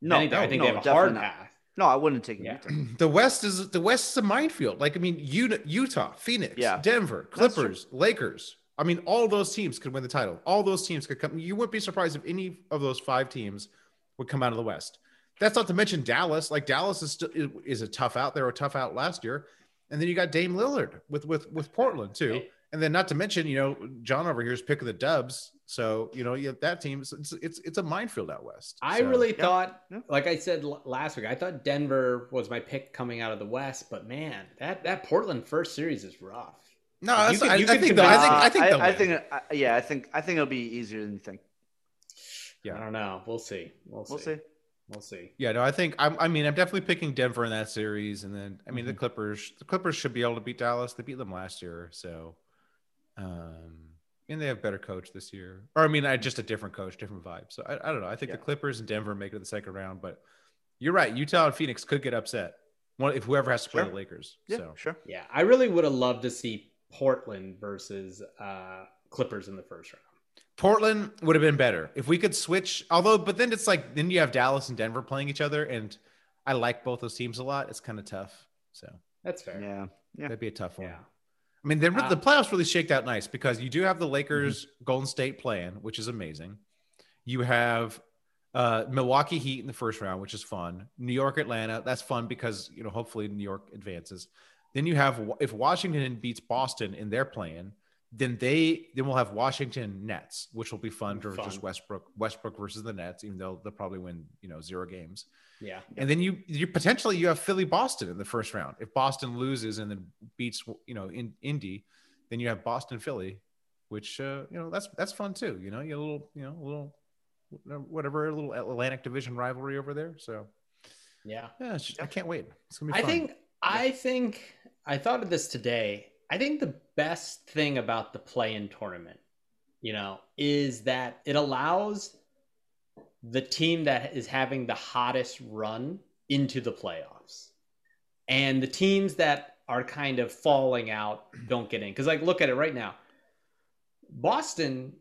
[SPEAKER 7] no,
[SPEAKER 8] I think, I think
[SPEAKER 7] no,
[SPEAKER 8] they have a
[SPEAKER 7] definitely
[SPEAKER 8] hard
[SPEAKER 7] not.
[SPEAKER 8] path.
[SPEAKER 7] No, I wouldn't take
[SPEAKER 8] Yeah.
[SPEAKER 7] yeah.
[SPEAKER 6] the West is the West is a minefield. Like I mean, Ut- Utah, Phoenix,
[SPEAKER 7] Yeah.
[SPEAKER 6] Denver,
[SPEAKER 7] That's true.
[SPEAKER 6] Clippers, Lakers. I mean, all those teams could win the title. All those teams could come. You wouldn't be surprised if any of those five teams would come out of the West. That's not to mention Dallas. Like Dallas is still is a tough out. They were a tough out last year, and then you got Dame Lillard with with with Portland too. And then not to mention, you know, John over here is picking the Dubs. So you know, you have that team. It's it's it's a minefield out west.
[SPEAKER 8] I
[SPEAKER 6] So-
[SPEAKER 8] really thought,
[SPEAKER 7] Yeah.
[SPEAKER 8] like I said l- last week, I thought Denver was my pick coming out of the West, but man, that that Portland first series is rough.
[SPEAKER 6] no. That's,
[SPEAKER 8] can-
[SPEAKER 6] I,
[SPEAKER 8] you
[SPEAKER 6] I
[SPEAKER 8] can
[SPEAKER 6] think though, I
[SPEAKER 7] I
[SPEAKER 6] think I think
[SPEAKER 7] I,
[SPEAKER 6] they'll
[SPEAKER 7] I
[SPEAKER 6] win.
[SPEAKER 7] think I, yeah, I think I think it'll be easier than you think.
[SPEAKER 6] Yeah.
[SPEAKER 8] I don't know. We'll see. We'll see.
[SPEAKER 7] We'll see.
[SPEAKER 8] We'll see.
[SPEAKER 6] Yeah, no, I think I'm. I mean, I'm definitely picking Denver in that series, and then I mean, the Clippers. The Clippers should be able to beat Dallas. They beat them last year, so. Um, and they have better coach this year, or I mean, I just a different coach, different vibe. So I, I don't know. I think the
[SPEAKER 7] Yeah.
[SPEAKER 6] Clippers and Denver make it to the second round, but you're right. Utah and Phoenix could get upset. One if whoever has to play
[SPEAKER 7] Sure.
[SPEAKER 6] the Lakers.
[SPEAKER 7] Yeah,
[SPEAKER 6] So
[SPEAKER 7] sure.
[SPEAKER 8] Yeah, I really would have loved to see Portland versus uh, Clippers in the first round.
[SPEAKER 6] Portland would have been better if we could switch. Although, but then it's like then you have Dallas and Denver playing each other, and I like both those teams a lot. It's kind of tough. So
[SPEAKER 8] That's fair.
[SPEAKER 7] Yeah. Yeah.
[SPEAKER 6] that'd be a tough one.
[SPEAKER 8] Yeah.
[SPEAKER 6] I mean, the,
[SPEAKER 8] Uh,
[SPEAKER 6] the playoffs really shaked out nice because you do have the Lakers Golden State plan, which is amazing. You have uh, Milwaukee Heat in the first round, which is fun. New York Atlanta, that's fun because you know hopefully New York advances. Then you have Wa- if Washington beats Boston in their plan, then they then we'll have Washington Nets, which will be fun for
[SPEAKER 8] Fun.
[SPEAKER 6] just Westbrook Westbrook versus the Nets, even though they'll probably win you know zero games.
[SPEAKER 8] Yeah.
[SPEAKER 6] And then you you potentially you have Philly Boston in the first round. If Boston loses and then beats you know in Indy, then you have Boston Philly, which uh, you know that's that's fun too. You know you have a little you know a little whatever a little Atlantic Division rivalry over there. So
[SPEAKER 8] Yeah.
[SPEAKER 6] yeah, it's- I can't wait. It's gonna be.
[SPEAKER 8] I
[SPEAKER 6] fun.
[SPEAKER 8] think I think I thought of this today. I think the best thing about the play-in tournament, you know, is that it allows the team that is having the hottest run into the playoffs. And the teams that are kind of falling out don't get in. Cuz like look at it right now. Boston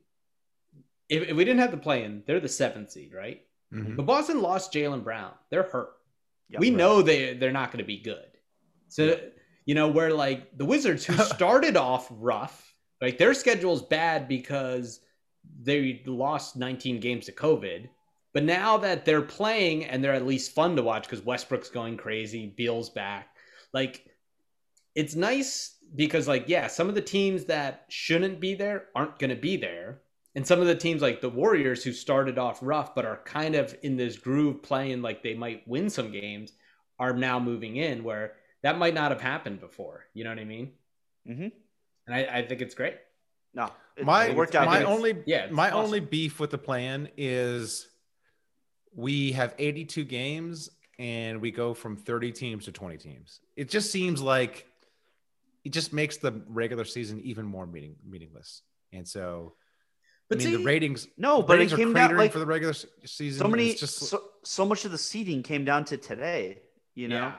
[SPEAKER 8] if, if we didn't have the play-in, they're the 7th seed, right?
[SPEAKER 6] Mhm.
[SPEAKER 8] But Boston lost Jalen Brown. They're hurt
[SPEAKER 7] Yeah.
[SPEAKER 8] we know they they're not going to be good. So you know where like the Wizards who started off rough, like their schedule's bad because they lost 19 games to COVID. But now that they're playing and they're at least fun to watch because Westbrook's going crazy, Beal's back, like it's nice because like yeah, some of the teams that shouldn't be there aren't going to be there. And some of the teams like the Warriors who started off rough but are kind of in this groove playing like they might win some games are now moving in where that might not have happened before. You know what I mean? Mm-hmm.
[SPEAKER 7] Mhm.
[SPEAKER 8] And I, I think it's great.
[SPEAKER 7] No. It,
[SPEAKER 6] My-
[SPEAKER 7] it worked
[SPEAKER 8] I
[SPEAKER 7] out.
[SPEAKER 8] think
[SPEAKER 6] my
[SPEAKER 8] it's-
[SPEAKER 6] only
[SPEAKER 8] yeah, it's
[SPEAKER 6] my
[SPEAKER 8] awesome.
[SPEAKER 6] only beef with the plan is we have 82 games and we go from 30 teams to 20 teams. It just seems like it just makes the regular season even more meaning meaningless. And so
[SPEAKER 8] But
[SPEAKER 6] I mean
[SPEAKER 8] see-
[SPEAKER 6] the ratings
[SPEAKER 7] no,
[SPEAKER 6] the
[SPEAKER 7] but it
[SPEAKER 6] ratings are
[SPEAKER 7] came down
[SPEAKER 6] cratering
[SPEAKER 7] like
[SPEAKER 6] for the regular se- season.
[SPEAKER 7] so many.
[SPEAKER 6] It's just
[SPEAKER 7] so, so much of the seeding came down to today. You know.
[SPEAKER 8] Yeah.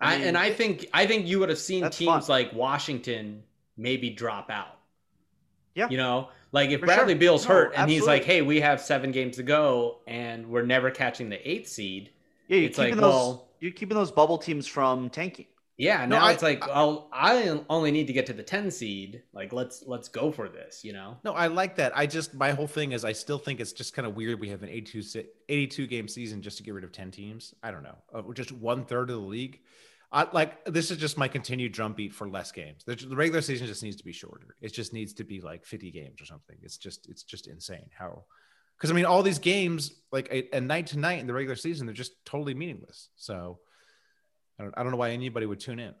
[SPEAKER 7] I
[SPEAKER 8] I
[SPEAKER 7] mean,
[SPEAKER 8] and I think I think you would have seen
[SPEAKER 7] that's
[SPEAKER 8] teams
[SPEAKER 7] fun.
[SPEAKER 8] like Washington maybe drop out.
[SPEAKER 7] Yeah.
[SPEAKER 8] You know, like if
[SPEAKER 7] For
[SPEAKER 8] Bradley
[SPEAKER 7] sure.
[SPEAKER 8] Beal's
[SPEAKER 7] No,
[SPEAKER 8] hurt and he's like,
[SPEAKER 7] absolutely.
[SPEAKER 8] "Hey, we have 7 games to go and we're never catching the 8th seed."
[SPEAKER 7] Yeah, you're
[SPEAKER 8] It's
[SPEAKER 7] keeping
[SPEAKER 8] like,
[SPEAKER 7] those.
[SPEAKER 8] well-
[SPEAKER 7] you're keeping those bubble teams from tanking.
[SPEAKER 8] Yeah,
[SPEAKER 6] No,
[SPEAKER 8] now
[SPEAKER 6] I-
[SPEAKER 8] it's like I'll I only need to get to the ten seed. Like let's let's go for this, you know.
[SPEAKER 6] No, I like that. I just my whole thing is I still think it's just kind of weird. We have an 82 se- 82 game season just to get rid of 10 teams. I don't know, uh, just one third of the league. I like this is just my continued drumbeat for less games. The, the regular season just needs to be shorter. It just needs to be like 50 games or something. It's just it's just insane how because I mean all these games like a, a night to night in the regular season they're just totally meaningless. So I don't I don't know why anybody would tune in.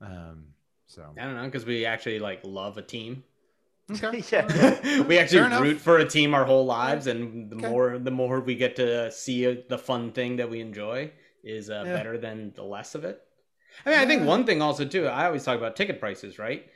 [SPEAKER 6] Um, so
[SPEAKER 8] I don't know because we actually like love a team.
[SPEAKER 6] okay.
[SPEAKER 7] yeah.
[SPEAKER 8] we
[SPEAKER 6] Fair
[SPEAKER 8] actually
[SPEAKER 6] enough.
[SPEAKER 8] root for a team our whole lives, and the
[SPEAKER 6] Okay.
[SPEAKER 8] more the more we get to see the fun thing that we enjoy is uh,
[SPEAKER 6] Yeah.
[SPEAKER 8] better than the less of it. I mean, I think one thing also too. I always talk about ticket prices, right?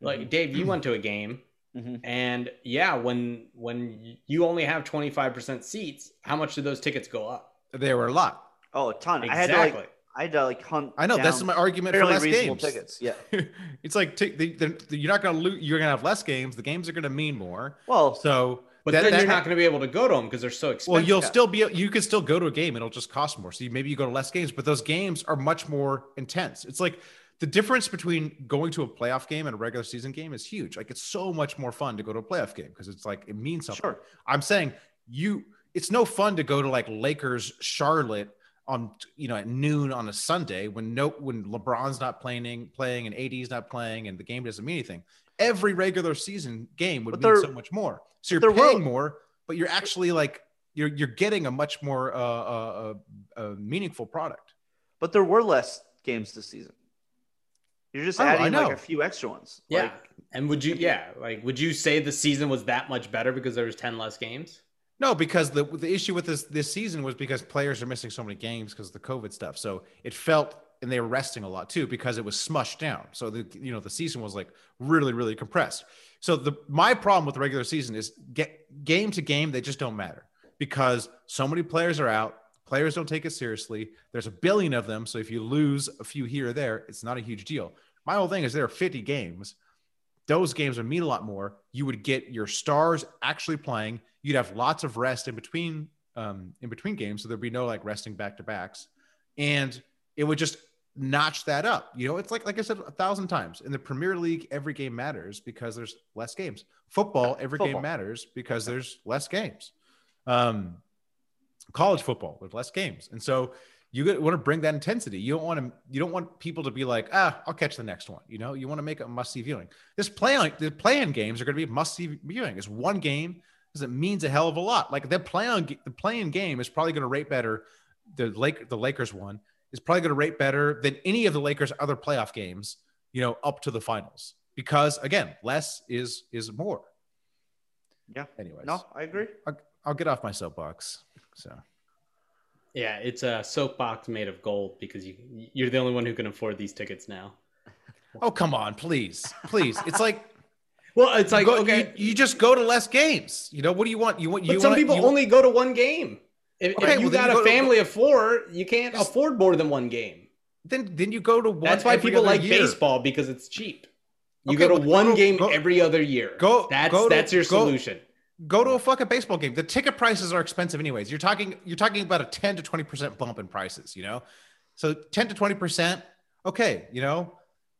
[SPEAKER 8] Like
[SPEAKER 6] Mm-hmm.
[SPEAKER 8] Dave, you went to a game,
[SPEAKER 7] Mhm.
[SPEAKER 8] and yeah, when when you only have twenty five percent seats, how much do those tickets go up?
[SPEAKER 6] They were a lot.
[SPEAKER 7] Oh, a ton. I had
[SPEAKER 8] Exactly.
[SPEAKER 7] to like I had to like hunt.
[SPEAKER 6] I know
[SPEAKER 7] down
[SPEAKER 6] that's my argument for
[SPEAKER 7] fairly
[SPEAKER 6] less
[SPEAKER 7] reasonable
[SPEAKER 6] games.
[SPEAKER 7] tickets. Yeah.
[SPEAKER 6] it's like t- the, the, the- you're not going to lose. You're going to have less games. The games are going to mean more.
[SPEAKER 7] Well,
[SPEAKER 6] So,
[SPEAKER 8] but
[SPEAKER 6] that-
[SPEAKER 8] then
[SPEAKER 6] that-
[SPEAKER 8] you're not going to be able to go to them because they're so expensive.
[SPEAKER 6] well, you'll
[SPEAKER 7] yeah.
[SPEAKER 6] still be. You could still go to a game. It'll just cost more. So you, maybe you go to less games, but those games are much more intense. It's like the difference between going to a playoff game and a regular season game is huge. Like it's so much more fun to go to a playoff game because it's like it means something.
[SPEAKER 7] Sure.
[SPEAKER 6] I'm saying you. It's no fun to go to like Lakers Charlotte on you know at noon on a Sunday when no when LeBron's not playing playing and AD's not playing and the game doesn't mean anything. Every regular season game would
[SPEAKER 7] But
[SPEAKER 6] mean
[SPEAKER 7] they're-
[SPEAKER 6] so much more. So you're
[SPEAKER 7] they're
[SPEAKER 6] paying
[SPEAKER 7] road-
[SPEAKER 6] more, but you're actually like you're you're getting a much more uh, uh, uh, uh, meaningful product.
[SPEAKER 7] but there were less games this season. You're just
[SPEAKER 6] Oh, I
[SPEAKER 7] adding like
[SPEAKER 6] know.
[SPEAKER 7] a few extra ones.
[SPEAKER 8] yeah.
[SPEAKER 7] Like,
[SPEAKER 8] and would you? Yeah, like would you say the season was that much better because there was ten less games?
[SPEAKER 6] No, because the the issue with this this season was because players are missing so many games because of the COVID stuff. So it felt and they were resting a lot too because it was smushed down. So the you know the season was like really really compressed. So the my problem with the regular season is get game to game they just don't matter because so many players are out. Players don't take it seriously. There's a billion of them, so if you lose a few here or there, it's not a huge deal. My whole thing is there are 50 games those games would mean a lot more. You would get your stars actually playing. You'd have lots of rest in between um, in between games, so there'd be no like resting back to backs, and it would just notch that up. You know, it's like like I said a thousand times in the Premier League, every game matters because there's less games. Football, every game
[SPEAKER 7] Football.
[SPEAKER 6] matters because there's less games. Um, college football with less games, and so you want to bring that intensity. You don't want to. You don't want people to be like, ah, I'll catch the next one. You know, you want to make it a must see viewing. This play on the play in games are going to be must see viewing. It's one game because it means a hell of a lot. Like the play on the play in game is probably going to rate better. The Lake the Lakers one is probably going to rate better than any of the Lakers other playoff games. You know, up to the finals because again, less is is more.
[SPEAKER 7] Yeah.
[SPEAKER 6] Anyways,
[SPEAKER 7] no, I agree.
[SPEAKER 6] I'll get off my soapbox. So
[SPEAKER 8] Yeah, it's a soapbox made of gold because you you're the only one who can afford these tickets now.
[SPEAKER 6] oh come on, please, please. It's like.
[SPEAKER 8] Well, it's like
[SPEAKER 6] go,
[SPEAKER 8] okay,
[SPEAKER 6] you, you just go to less games. You know what do you want? You want.
[SPEAKER 8] but
[SPEAKER 6] you
[SPEAKER 8] some
[SPEAKER 6] want-
[SPEAKER 8] people
[SPEAKER 6] you-
[SPEAKER 8] only go to one game. If,
[SPEAKER 6] Okay,
[SPEAKER 8] if you
[SPEAKER 6] well, then
[SPEAKER 8] got
[SPEAKER 6] you
[SPEAKER 8] a
[SPEAKER 6] go to-
[SPEAKER 8] family of four, you can't
[SPEAKER 6] Just-
[SPEAKER 8] afford more than one game.
[SPEAKER 6] Then then you go to one.
[SPEAKER 8] That's why
[SPEAKER 6] every
[SPEAKER 8] people
[SPEAKER 6] other
[SPEAKER 8] like
[SPEAKER 6] year.
[SPEAKER 8] baseball because it's cheap. You
[SPEAKER 6] Okay,
[SPEAKER 8] go to
[SPEAKER 6] but go
[SPEAKER 8] one
[SPEAKER 6] to-
[SPEAKER 8] game
[SPEAKER 6] go-
[SPEAKER 8] every other year.
[SPEAKER 6] go-
[SPEAKER 8] That's
[SPEAKER 6] go to-
[SPEAKER 8] that's your
[SPEAKER 6] go-
[SPEAKER 8] solution.
[SPEAKER 6] Go to a fucking baseball game. The ticket prices are expensive anyways. You're talking you're talking about a ten to twenty percent bump in prices. You know, so ten to twenty percent. Okay, you know.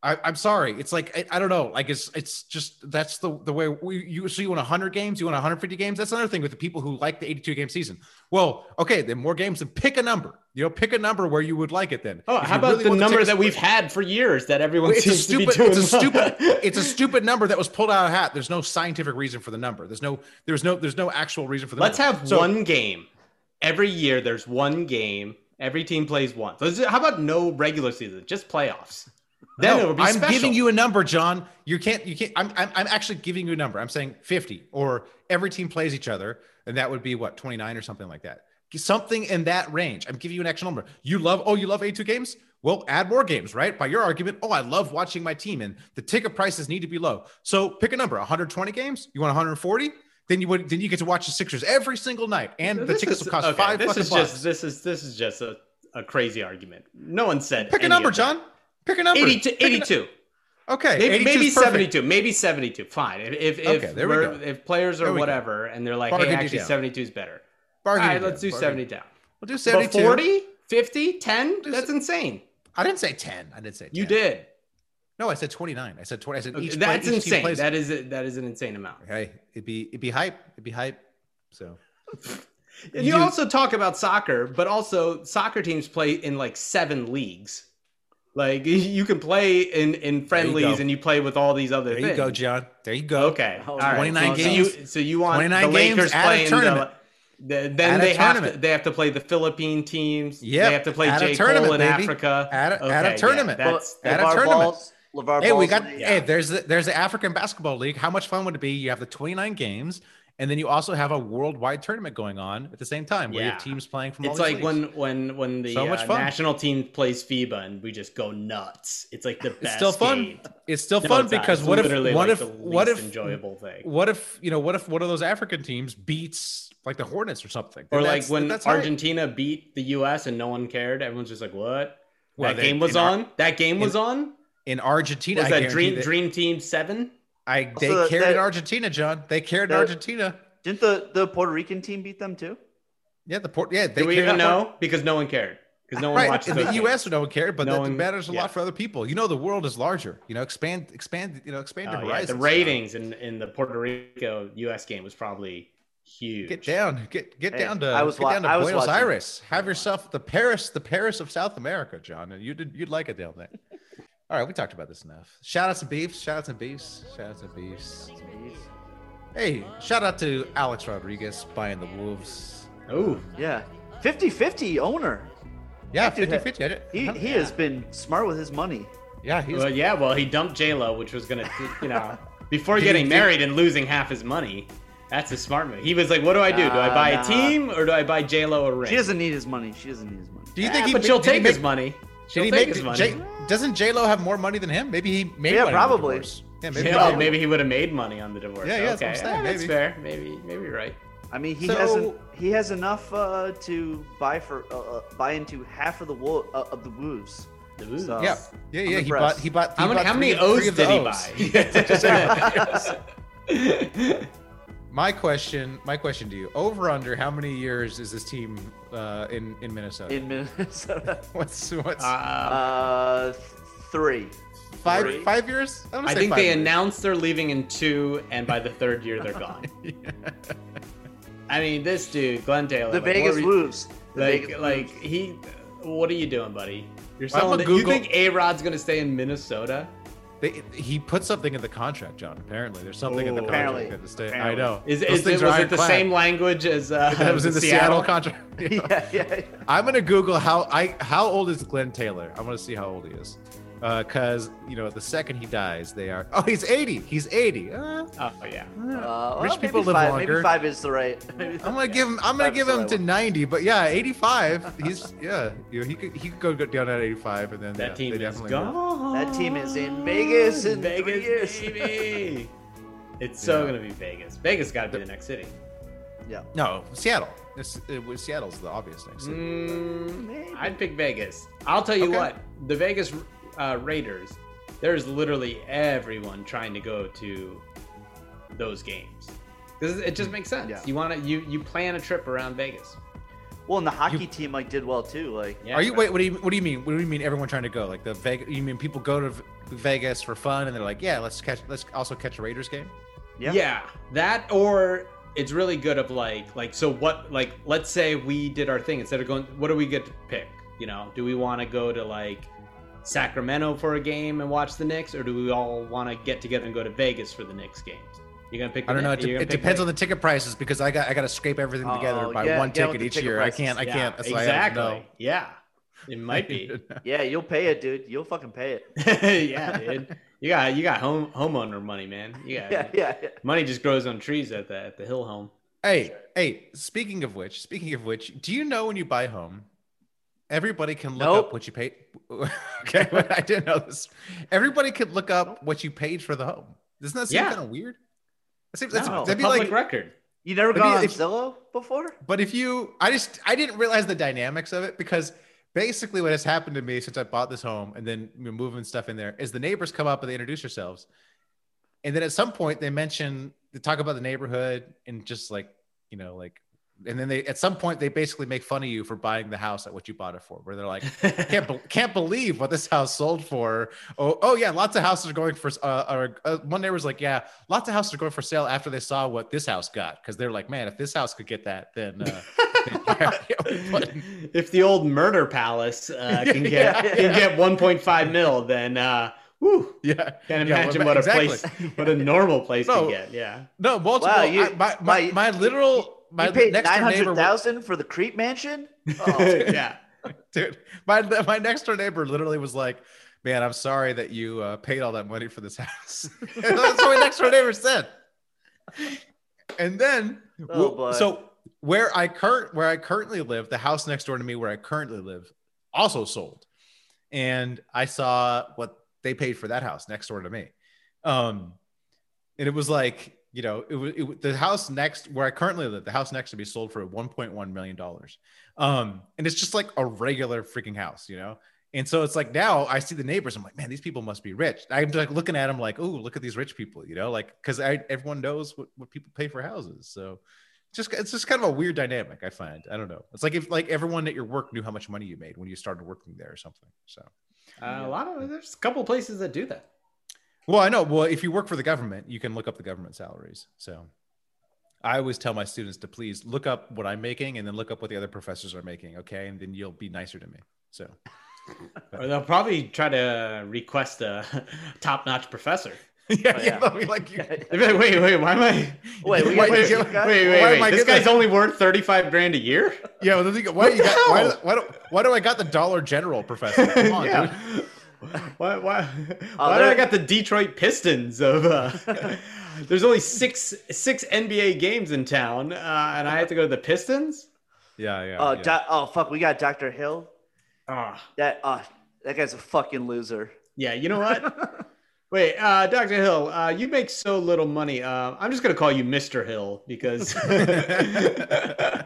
[SPEAKER 6] I, I'm sorry. It's like I, I don't know. Like it's it's just that's the the way we, you. So you want 100 games? You want 150 games? That's another thing with the people who like the 82 game season. Well, okay, then more games. Then pick a number. You know, pick a number where you would like it. Then.
[SPEAKER 8] Oh,
[SPEAKER 6] If
[SPEAKER 8] how
[SPEAKER 6] you
[SPEAKER 8] about
[SPEAKER 6] really
[SPEAKER 8] the
[SPEAKER 6] want
[SPEAKER 8] number
[SPEAKER 6] tickets-
[SPEAKER 8] that we've had for years that everyone
[SPEAKER 6] it's a
[SPEAKER 8] seems
[SPEAKER 6] stupid
[SPEAKER 8] to be doing?
[SPEAKER 6] it's a stupid
[SPEAKER 8] well?
[SPEAKER 6] it's a stupid number that was pulled out of a hat there's no scientific reason for the number there's no there's no there's no actual reason for the
[SPEAKER 8] Let's
[SPEAKER 6] number.
[SPEAKER 8] have
[SPEAKER 6] So-
[SPEAKER 8] one game every year. There's one game. Every team plays once. Let's- How about no regular season? Just playoffs. Then
[SPEAKER 6] No,
[SPEAKER 8] it'll be
[SPEAKER 6] i'm
[SPEAKER 8] special.
[SPEAKER 6] giving you a number john you can't you can't I'm, I'm i'm actually giving you a number i'm saying 50 or every team plays each other and that would be what 29 or something like that something in that range i'm giving you an actual number you love oh you love a2 games well add more games right by your argument oh i love watching my team and the ticket prices need to be low so pick a number 120 games you want 140 then you would then you get to watch the Sixers every single night, and the
[SPEAKER 8] This
[SPEAKER 6] tickets
[SPEAKER 8] is-
[SPEAKER 6] will cost
[SPEAKER 8] okay,
[SPEAKER 6] five
[SPEAKER 8] This
[SPEAKER 6] fucking
[SPEAKER 8] is
[SPEAKER 6] bucks.
[SPEAKER 8] just this is this is just a, a crazy argument. No one said
[SPEAKER 6] Pick a
[SPEAKER 8] any
[SPEAKER 6] number,
[SPEAKER 8] of that.
[SPEAKER 6] John. Pick a number.
[SPEAKER 8] 82,
[SPEAKER 6] Pick a nu-
[SPEAKER 8] 82.
[SPEAKER 6] Okay,
[SPEAKER 8] maybe,
[SPEAKER 6] 82 's
[SPEAKER 8] maybe
[SPEAKER 6] perfect.
[SPEAKER 8] 72 maybe 72 fine if if, if,
[SPEAKER 6] Okay, there we
[SPEAKER 8] we're-
[SPEAKER 6] go.
[SPEAKER 8] if players
[SPEAKER 6] There
[SPEAKER 8] are
[SPEAKER 6] we go.
[SPEAKER 8] whatever and they're like
[SPEAKER 6] Bargain
[SPEAKER 8] hey
[SPEAKER 6] you
[SPEAKER 8] actually
[SPEAKER 6] down.
[SPEAKER 8] 72 is better all
[SPEAKER 6] Bargain
[SPEAKER 8] right
[SPEAKER 6] it
[SPEAKER 8] let's
[SPEAKER 6] down,
[SPEAKER 8] do
[SPEAKER 6] bargain
[SPEAKER 8] 70 down
[SPEAKER 6] We'll do
[SPEAKER 8] But
[SPEAKER 6] 72.
[SPEAKER 8] 40 50 10 that's insane
[SPEAKER 6] I didn't say 10. I did say 10.
[SPEAKER 8] You did.
[SPEAKER 6] No, I said 29. I said 20. I said each
[SPEAKER 8] That's
[SPEAKER 6] play, each team
[SPEAKER 8] insane.
[SPEAKER 6] plays-
[SPEAKER 8] That is a, that is an insane amount.
[SPEAKER 6] hey, it'd be it'd be hype. It'd be hype. So
[SPEAKER 8] And
[SPEAKER 6] You
[SPEAKER 8] you
[SPEAKER 6] do-
[SPEAKER 8] also talk about soccer, but also soccer teams play in like seven leagues. Like you can play in in friendlies
[SPEAKER 6] go.
[SPEAKER 8] and you play with all these other
[SPEAKER 6] there
[SPEAKER 8] things.
[SPEAKER 6] you go, John. There you go.
[SPEAKER 8] Okay.
[SPEAKER 7] Oh,
[SPEAKER 8] all right.
[SPEAKER 6] 29
[SPEAKER 8] so, So you,
[SPEAKER 6] games.
[SPEAKER 8] so you want
[SPEAKER 6] 29
[SPEAKER 8] the
[SPEAKER 6] games
[SPEAKER 8] Lakers
[SPEAKER 6] at a
[SPEAKER 8] playing
[SPEAKER 6] tournament.
[SPEAKER 8] the, the
[SPEAKER 6] At
[SPEAKER 8] then
[SPEAKER 6] a
[SPEAKER 8] they have to
[SPEAKER 6] tournament.
[SPEAKER 8] they have to play the Philippine teams.
[SPEAKER 6] Yep,
[SPEAKER 8] They have to play
[SPEAKER 6] at a
[SPEAKER 8] J.
[SPEAKER 6] tournament,
[SPEAKER 8] Cole in
[SPEAKER 6] baby.
[SPEAKER 8] Africa.
[SPEAKER 6] At a-
[SPEAKER 8] Okay,
[SPEAKER 6] at a
[SPEAKER 8] yeah,
[SPEAKER 6] tournament.
[SPEAKER 8] that's
[SPEAKER 6] Well, at a
[SPEAKER 7] LeVar
[SPEAKER 6] tournament.
[SPEAKER 7] Balls, LeVar
[SPEAKER 6] Hey, we
[SPEAKER 7] Ball's
[SPEAKER 6] got
[SPEAKER 7] league.
[SPEAKER 6] hey, there's the there's the African Basketball League. How much fun would it be? You have the 29 games, and then you also have a worldwide tournament going on at the same time where you have
[SPEAKER 8] Yeah.
[SPEAKER 6] teams playing from all
[SPEAKER 8] it's
[SPEAKER 6] these
[SPEAKER 8] like
[SPEAKER 6] leagues.
[SPEAKER 8] when when when the
[SPEAKER 6] So much
[SPEAKER 8] uh,
[SPEAKER 6] fun.
[SPEAKER 8] national team plays FIBA and we just go nuts. It's like the best.
[SPEAKER 6] it's still fun.
[SPEAKER 8] game.
[SPEAKER 6] It's still
[SPEAKER 8] No,
[SPEAKER 6] fun
[SPEAKER 8] it's not.
[SPEAKER 6] because
[SPEAKER 8] It's
[SPEAKER 6] what
[SPEAKER 8] literally
[SPEAKER 6] if what
[SPEAKER 8] like
[SPEAKER 6] if
[SPEAKER 8] the
[SPEAKER 6] what
[SPEAKER 8] least
[SPEAKER 6] if
[SPEAKER 8] enjoyable thing
[SPEAKER 6] what if you know what if one of those African teams beats like the Hornets or something?
[SPEAKER 8] or
[SPEAKER 6] Then
[SPEAKER 8] like
[SPEAKER 6] that's-
[SPEAKER 8] when
[SPEAKER 6] that's hype.
[SPEAKER 8] Argentina beat the U.S. and no one cared. Everyone's just like, "What?
[SPEAKER 6] Well,
[SPEAKER 8] that
[SPEAKER 6] they-
[SPEAKER 8] game was
[SPEAKER 6] in Ar-
[SPEAKER 8] on. that game was on.
[SPEAKER 6] in Argentina.
[SPEAKER 8] Was
[SPEAKER 6] I
[SPEAKER 8] that
[SPEAKER 6] guarantee
[SPEAKER 8] Dream
[SPEAKER 6] that-
[SPEAKER 8] Dream Team Seven?
[SPEAKER 6] I they
[SPEAKER 7] Also,
[SPEAKER 6] cared
[SPEAKER 7] that-
[SPEAKER 6] in Argentina, John. They cared in
[SPEAKER 7] that-
[SPEAKER 6] Argentina.
[SPEAKER 7] Didn't the, the Puerto Rican team beat them too?
[SPEAKER 6] Yeah, the port. Yeah, they
[SPEAKER 8] Do we
[SPEAKER 6] cared
[SPEAKER 8] even
[SPEAKER 6] in
[SPEAKER 8] know? because no one cared. Because no one
[SPEAKER 6] right
[SPEAKER 8] watched
[SPEAKER 6] in the
[SPEAKER 8] those games.
[SPEAKER 6] U.S. No one cared, but
[SPEAKER 8] No
[SPEAKER 6] that
[SPEAKER 8] one-
[SPEAKER 6] matters a
[SPEAKER 8] yeah.
[SPEAKER 6] lot for other people. You know, the world is larger. You know, expand, expand. You know, expand your
[SPEAKER 8] Oh, yeah,
[SPEAKER 6] horizons.
[SPEAKER 8] the ratings in, in the Puerto Rico U.S. game was probably huge.
[SPEAKER 6] Get down, get get
[SPEAKER 7] Hey,
[SPEAKER 6] down to
[SPEAKER 7] I was
[SPEAKER 6] get
[SPEAKER 7] wa-
[SPEAKER 6] down to
[SPEAKER 7] I was
[SPEAKER 6] Buenos
[SPEAKER 7] watching.
[SPEAKER 6] Aires. Have yourself the Paris, the Paris of South America, John, and you did you'd like it down there. All right, we talked about this enough. Shout outs and beefs, shout outs and beefs, shout outs and beefs. Hey, shout out to Alex Rodriguez buying the Wolves.
[SPEAKER 8] Oh,
[SPEAKER 7] Yeah. 50 50 owner.
[SPEAKER 6] Yeah,
[SPEAKER 7] That dude
[SPEAKER 6] 50
[SPEAKER 7] had-
[SPEAKER 6] 50.
[SPEAKER 7] He, he has been smart with his money.
[SPEAKER 6] Yeah, he's
[SPEAKER 8] well, yeah. Well, he dumped J Lo, which was gonna, you know, before
[SPEAKER 6] Did he-
[SPEAKER 8] getting
[SPEAKER 6] did-
[SPEAKER 8] married and losing half his money. That's a smart move. He was like, "What do I do? Do I
[SPEAKER 7] Nah,
[SPEAKER 8] buy
[SPEAKER 7] nah.
[SPEAKER 8] a team or do I buy J Lo a ring?"
[SPEAKER 7] She doesn't need his money. She doesn't need his money.
[SPEAKER 6] Do you think
[SPEAKER 8] Yeah,
[SPEAKER 6] he
[SPEAKER 8] but
[SPEAKER 6] ma-
[SPEAKER 8] she'll
[SPEAKER 6] did he
[SPEAKER 8] take
[SPEAKER 6] make,
[SPEAKER 8] his money.
[SPEAKER 6] Did
[SPEAKER 8] She'll
[SPEAKER 6] he
[SPEAKER 8] take
[SPEAKER 6] make
[SPEAKER 8] his money.
[SPEAKER 6] J, doesn't J Lo have more money than him? Maybe he made
[SPEAKER 7] Yeah,
[SPEAKER 6] money on the
[SPEAKER 7] probably.
[SPEAKER 6] divorce. Yeah, maybe.
[SPEAKER 8] maybe,
[SPEAKER 6] he
[SPEAKER 8] yeah,
[SPEAKER 6] did.
[SPEAKER 8] maybe he would have made money on the divorce.
[SPEAKER 6] Yeah, yeah, that's
[SPEAKER 8] okay.
[SPEAKER 6] what I'm saying,
[SPEAKER 8] Yeah, that's
[SPEAKER 6] maybe.
[SPEAKER 8] fair. Maybe, maybe you're right.
[SPEAKER 7] I mean, he
[SPEAKER 6] So-
[SPEAKER 7] hasn't. He has enough uh, to buy for uh, uh, buy into half of the wo- uh, of the wolves. So-
[SPEAKER 6] Yeah, yeah, yeah. He
[SPEAKER 7] impressed.
[SPEAKER 6] bought. He bought. He
[SPEAKER 8] How many,
[SPEAKER 6] bought
[SPEAKER 8] how many
[SPEAKER 6] three of-
[SPEAKER 8] O's
[SPEAKER 6] three of the
[SPEAKER 8] did he
[SPEAKER 6] O's.
[SPEAKER 8] buy?
[SPEAKER 6] My question, my question to you: Over under, how many years is this team uh, in in Minnesota?
[SPEAKER 7] in Minnesota.
[SPEAKER 6] what's what's
[SPEAKER 8] uh,
[SPEAKER 7] Uh, three.
[SPEAKER 6] five
[SPEAKER 7] three.
[SPEAKER 6] five years? I'm gonna
[SPEAKER 8] I
[SPEAKER 6] say
[SPEAKER 8] think
[SPEAKER 6] five
[SPEAKER 8] they
[SPEAKER 6] years.
[SPEAKER 8] announced they're leaving in two, and by the third year, they're gone. I mean, this dude, Glenn Taylor.
[SPEAKER 7] The
[SPEAKER 8] like,
[SPEAKER 7] Vegas
[SPEAKER 8] what were you-
[SPEAKER 7] wolves. The
[SPEAKER 8] Like,
[SPEAKER 7] Vegas
[SPEAKER 8] like
[SPEAKER 7] Wolves.
[SPEAKER 8] he. What are you doing, buddy? You're
[SPEAKER 6] I'm
[SPEAKER 8] selling.
[SPEAKER 6] a
[SPEAKER 8] it- You
[SPEAKER 6] Google-
[SPEAKER 8] think A Rod's gonna stay in Minnesota?
[SPEAKER 6] They, he put something in the contract, John. Apparently, there's something in the
[SPEAKER 8] Ooh.
[SPEAKER 6] contract
[SPEAKER 7] Apparently.
[SPEAKER 6] that the state. I
[SPEAKER 7] Apparently.
[SPEAKER 6] know.
[SPEAKER 8] Is,
[SPEAKER 6] Those
[SPEAKER 8] is
[SPEAKER 6] things
[SPEAKER 8] it,
[SPEAKER 6] are
[SPEAKER 8] was it the
[SPEAKER 6] ironclad.
[SPEAKER 8] same language as uh,
[SPEAKER 6] That was in the Seattle, contract.
[SPEAKER 7] yeah, yeah, yeah.
[SPEAKER 6] I'm gonna Google how I how old is Glenn Taylor. I'm gonna see how old he is, because you know the second he dies, they are. Oh, he's 80. He's 80. Uh,
[SPEAKER 8] Oh yeah.
[SPEAKER 7] Uh,
[SPEAKER 6] Rich
[SPEAKER 7] well,
[SPEAKER 6] people
[SPEAKER 7] maybe
[SPEAKER 6] live
[SPEAKER 7] five,
[SPEAKER 6] longer.
[SPEAKER 7] Maybe five is the right. Maybe
[SPEAKER 6] I'm gonna give him. I'm gonna
[SPEAKER 7] Five is
[SPEAKER 6] give
[SPEAKER 7] the
[SPEAKER 6] him
[SPEAKER 7] right
[SPEAKER 6] to
[SPEAKER 7] one.
[SPEAKER 6] 90, but yeah, 85. He's yeah. You know, he could he could go go down at 85, and then
[SPEAKER 8] That
[SPEAKER 6] yeah,
[SPEAKER 8] team
[SPEAKER 6] they
[SPEAKER 8] is
[SPEAKER 6] definitely will.
[SPEAKER 8] gone.
[SPEAKER 7] That team is in Vegas in three
[SPEAKER 8] Vegas,
[SPEAKER 7] years.
[SPEAKER 8] baby. It's so
[SPEAKER 6] Yeah.
[SPEAKER 8] gonna be Vegas. Vegas got to be the next city.
[SPEAKER 7] yeah.
[SPEAKER 6] No, Seattle. It's, it was Seattle's the obvious next. city.
[SPEAKER 8] Mm,
[SPEAKER 7] Maybe.
[SPEAKER 8] I'd pick Vegas. I'll tell you
[SPEAKER 6] Okay.
[SPEAKER 8] what, the Vegas uh, Raiders. There's literally everyone trying to go to those games. This is- it just makes sense.
[SPEAKER 7] Yeah.
[SPEAKER 8] You want to you you plan a trip around Vegas.
[SPEAKER 7] Well, and the hockey team like did well too. Like
[SPEAKER 8] Yeah.
[SPEAKER 6] Are you wait? What do you what do you mean? What do you mean? Everyone trying to go like the Vegas? You mean people go to V- Vegas for fun, and they're like, yeah, let's catch. Let's also catch a Raiders game.
[SPEAKER 7] Yeah.
[SPEAKER 8] yeah that or it's really good of like like so what like let's say we did our thing instead of going what do we get to pick you know do we want to go to like sacramento for a game and watch the knicks or do we all want to get together and go to vegas for the knicks games you're gonna pick
[SPEAKER 6] I don't know. It, de-
[SPEAKER 8] you're gonna
[SPEAKER 6] it
[SPEAKER 8] pick
[SPEAKER 6] depends on
[SPEAKER 8] Vegas.
[SPEAKER 6] the ticket prices because I got I got to scrape everything together
[SPEAKER 7] Oh,
[SPEAKER 6] by
[SPEAKER 7] yeah,
[SPEAKER 6] one
[SPEAKER 7] yeah, with
[SPEAKER 6] ticket
[SPEAKER 7] the
[SPEAKER 6] each
[SPEAKER 7] ticket
[SPEAKER 6] year.
[SPEAKER 7] prices.
[SPEAKER 6] I can't. I
[SPEAKER 8] Yeah,
[SPEAKER 6] can't. so I don't
[SPEAKER 8] exactly
[SPEAKER 6] know.
[SPEAKER 8] yeah it might be
[SPEAKER 7] yeah, you'll pay it, dude. You'll fucking pay it.
[SPEAKER 8] yeah dude you got you got home homeowner money man you got
[SPEAKER 7] Yeah, yeah, yeah.
[SPEAKER 8] money just grows on trees at the at the hill home
[SPEAKER 6] Hey, hey, speaking of which, speaking of which, do you know when you buy home, everybody can look
[SPEAKER 7] Nope.
[SPEAKER 6] up what you paid? okay, but I didn't know this. Everybody can look up what you paid for the home. Doesn't that seem
[SPEAKER 8] Yeah.
[SPEAKER 6] kind of weird? That seems, that's,
[SPEAKER 8] No, it's a
[SPEAKER 6] that'd be
[SPEAKER 8] public
[SPEAKER 6] like,
[SPEAKER 8] record
[SPEAKER 7] You never
[SPEAKER 6] But he-
[SPEAKER 7] gone on
[SPEAKER 6] if-
[SPEAKER 7] Zillow before?
[SPEAKER 6] but if you, I just, I didn't realize the dynamics of it because basically what has happened to me since I bought this home and then we're moving stuff in there is the neighbors come up and they introduce themselves. And then at some point they mention, they talk about the neighborhood and just like, you know, like and then they at some point they basically make fun of you for buying the house at what you bought it for, where they're like, can't be- can't believe what this house sold for. Oh, oh yeah, lots of houses are going for. Uh, are, uh, one neighbor was like, yeah, lots of houses are going for sale after they saw what this house got, because they're like, man, if this house could get that, then. Uh,
[SPEAKER 8] if the old murder palace uh, can get
[SPEAKER 6] Yeah,
[SPEAKER 8] can get 1.5 mil, then uh, whew,
[SPEAKER 6] yeah,
[SPEAKER 8] can't
[SPEAKER 6] Yeah,
[SPEAKER 8] imagine
[SPEAKER 6] well,
[SPEAKER 8] what a
[SPEAKER 6] exactly.
[SPEAKER 8] place, what a normal place
[SPEAKER 6] No.
[SPEAKER 8] to get. Yeah,
[SPEAKER 6] No, multiple.
[SPEAKER 7] Wow, you-
[SPEAKER 6] I- my, my,
[SPEAKER 7] wow, you-
[SPEAKER 6] my literal my
[SPEAKER 7] you paid
[SPEAKER 6] next
[SPEAKER 7] nine
[SPEAKER 6] door neighbor
[SPEAKER 7] hundred
[SPEAKER 6] was-
[SPEAKER 7] thousand for the Crete mansion. Oh,
[SPEAKER 8] yeah.
[SPEAKER 6] dude my, my next door neighbor literally was like man i'm sorry that you uh, paid all that money for this house that's what my next door neighbor said and then
[SPEAKER 7] Oh,
[SPEAKER 6] wh-
[SPEAKER 7] boy.
[SPEAKER 6] so where i current where i currently live the house next door to me where i currently live also sold and i saw what they paid for that house next door to me um and it was like you know it was it, wa- the house next where i currently live the house next to me sold for 1.1 million dollars um and it's just like a regular freaking house you know and so it's like now i see the neighbors i'm like man these people must be rich i'm like looking at them like oh look at these rich people you know like because i everyone knows what, what people pay for houses so just it's just kind of a weird dynamic i find i don't know it's like if like everyone at your work knew how much money you made when you started working there or something so
[SPEAKER 8] Uh, a lot of there's a couple places that do that.
[SPEAKER 6] Well, I know. Well, if you work for the government, you can look up the government salaries. So I always tell my students to please look up what I'm making and then look up what the other professors are making. Okay. And then you'll be nicer to me. So
[SPEAKER 8] Or they'll probably try to request a top-notch professor.
[SPEAKER 6] yeah,
[SPEAKER 7] Oh,
[SPEAKER 6] yeah.
[SPEAKER 7] yeah.
[SPEAKER 6] they'll be like, you-
[SPEAKER 8] They'd be like, wait, wait, why am I?
[SPEAKER 7] Wait, we
[SPEAKER 8] wait, wait,
[SPEAKER 7] got this
[SPEAKER 8] wait,
[SPEAKER 7] guy?
[SPEAKER 8] wait,
[SPEAKER 6] Why am
[SPEAKER 8] wait,
[SPEAKER 6] I
[SPEAKER 8] This
[SPEAKER 6] getting
[SPEAKER 8] guy's
[SPEAKER 6] that?
[SPEAKER 8] only worth thirty-five grand a year.
[SPEAKER 6] yeah. Well, then they go, why, you
[SPEAKER 8] the
[SPEAKER 6] got, why,
[SPEAKER 8] hell?
[SPEAKER 6] do- why, do, why do I got the Dollar General professor? Come on,
[SPEAKER 8] yeah.
[SPEAKER 6] dude. Uh,
[SPEAKER 8] Why, why,
[SPEAKER 7] Oh,
[SPEAKER 8] why do I
[SPEAKER 7] there-
[SPEAKER 8] got the Detroit Pistons of? Uh, there's only six six NBA games in town, uh, and I have to go to the Pistons.
[SPEAKER 6] Yeah. Yeah.
[SPEAKER 8] Uh,
[SPEAKER 7] Oh,
[SPEAKER 6] yeah.
[SPEAKER 7] doc oh fuck, we got Doctor Hill.
[SPEAKER 8] Ah,
[SPEAKER 7] That uh, that guy's a fucking loser.
[SPEAKER 8] yeah. You know what? Wait, uh, Doctor Hill, uh, you make so little money. Uh, I'm just gonna call you Mister Hill because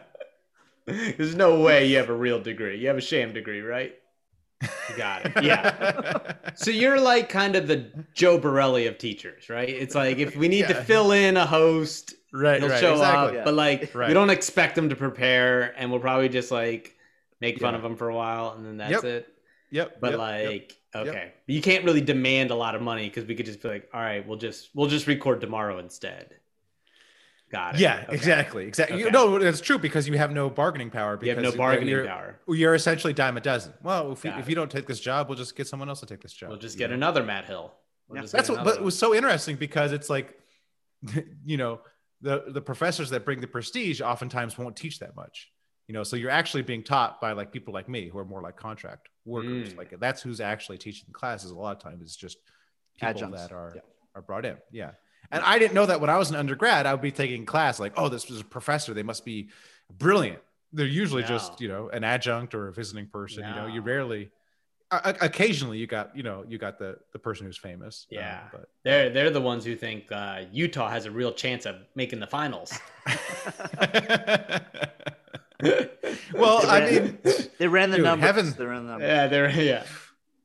[SPEAKER 8] there's no way you have a real degree. You have a sham degree, right? You got it. Yeah. So you're like kind of the Joe Borelli of teachers, right? It's like if we need
[SPEAKER 6] Yeah.
[SPEAKER 8] to fill in a host,
[SPEAKER 6] right.
[SPEAKER 8] he'll
[SPEAKER 6] Right.
[SPEAKER 8] show up,
[SPEAKER 6] exactly.
[SPEAKER 7] Yeah.
[SPEAKER 8] but like
[SPEAKER 6] Right.
[SPEAKER 8] we don't expect him to prepare, and we'll probably just like make fun
[SPEAKER 6] Yeah.
[SPEAKER 8] of him for a while, and then that's
[SPEAKER 6] Yep.
[SPEAKER 8] it.
[SPEAKER 6] Yep.
[SPEAKER 8] But
[SPEAKER 6] yep, yep.
[SPEAKER 8] like, okay, you can't really demand a lot of money because we could just be like, all right, we'll just we'll just record tomorrow instead. Got it.
[SPEAKER 6] yeah,
[SPEAKER 8] Okay.
[SPEAKER 6] exactly. Exactly. You
[SPEAKER 8] Okay.
[SPEAKER 6] know, it's true because you have no bargaining power.
[SPEAKER 8] You
[SPEAKER 6] Because
[SPEAKER 8] have no
[SPEAKER 6] you're-
[SPEAKER 8] bargaining
[SPEAKER 6] you're-
[SPEAKER 8] power.
[SPEAKER 6] Well, you're essentially dime a dozen. Well, if you,
[SPEAKER 8] Got
[SPEAKER 6] if
[SPEAKER 8] it.
[SPEAKER 6] you don't take this job, we'll just get someone else to take this job.
[SPEAKER 8] We'll just
[SPEAKER 6] you
[SPEAKER 8] get
[SPEAKER 6] know?
[SPEAKER 8] another Matt Hill. We'll
[SPEAKER 7] Yeah.
[SPEAKER 8] just get
[SPEAKER 6] That's what.
[SPEAKER 8] another
[SPEAKER 6] But it
[SPEAKER 8] one.
[SPEAKER 6] was so interesting because it's like, you know, the the professors that bring the prestige oftentimes won't teach that much. You know, so you're actually being taught by like people like me who are more like contract workers.
[SPEAKER 8] Mm.
[SPEAKER 6] Like that's who's actually teaching the classes. A lot of times it's just people
[SPEAKER 7] Adjuncts.
[SPEAKER 6] that are
[SPEAKER 7] Yeah.
[SPEAKER 6] are brought in. Yeah. And I didn't know that when I was an undergrad, I would be taking class like, oh, this was a professor. They must be brilliant. They're usually
[SPEAKER 8] No.
[SPEAKER 6] just, you know, an adjunct or a visiting person. You know, you
[SPEAKER 8] No.
[SPEAKER 6] rarely, o- o- occasionally you got, you know, you got the the person who's famous. um,
[SPEAKER 8] Yeah.
[SPEAKER 6] but
[SPEAKER 8] They're they're the ones who think uh, Utah has a real chance of making the finals.
[SPEAKER 6] well, I
[SPEAKER 7] Right.
[SPEAKER 6] mean,
[SPEAKER 7] They ran the
[SPEAKER 6] Dude,
[SPEAKER 7] numbers.
[SPEAKER 6] heaven-
[SPEAKER 7] They ran the numbers.
[SPEAKER 8] yeah, they're yeah.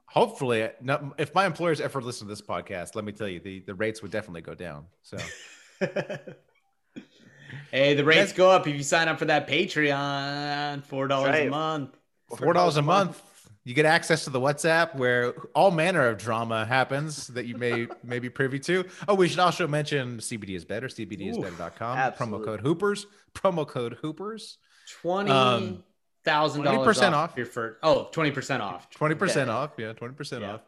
[SPEAKER 6] hopefully, no, if my employers ever listen to this podcast, let me tell you, the, the rates would definitely go down. So,
[SPEAKER 8] hey, the
[SPEAKER 6] That's-
[SPEAKER 8] rates go up if you sign up for that Patreon. Four dollars
[SPEAKER 7] That's right.
[SPEAKER 8] a month.
[SPEAKER 6] four dollars a month, you get access to the WhatsApp where all manner of drama happens that you may may be privy to. Oh, we should also mention CBD is better. CBD is
[SPEAKER 8] Ooh,
[SPEAKER 6] better.com. Promo
[SPEAKER 7] absolutely.
[SPEAKER 6] code Hoopers. Promo code Hoopers.
[SPEAKER 8] Twenty
[SPEAKER 6] Um,
[SPEAKER 8] thousand dollars
[SPEAKER 6] 20% off.
[SPEAKER 8] your first. Oh, 20 percent off.
[SPEAKER 6] Twenty percent off. Yeah, twenty percent
[SPEAKER 8] Yeah.
[SPEAKER 6] off.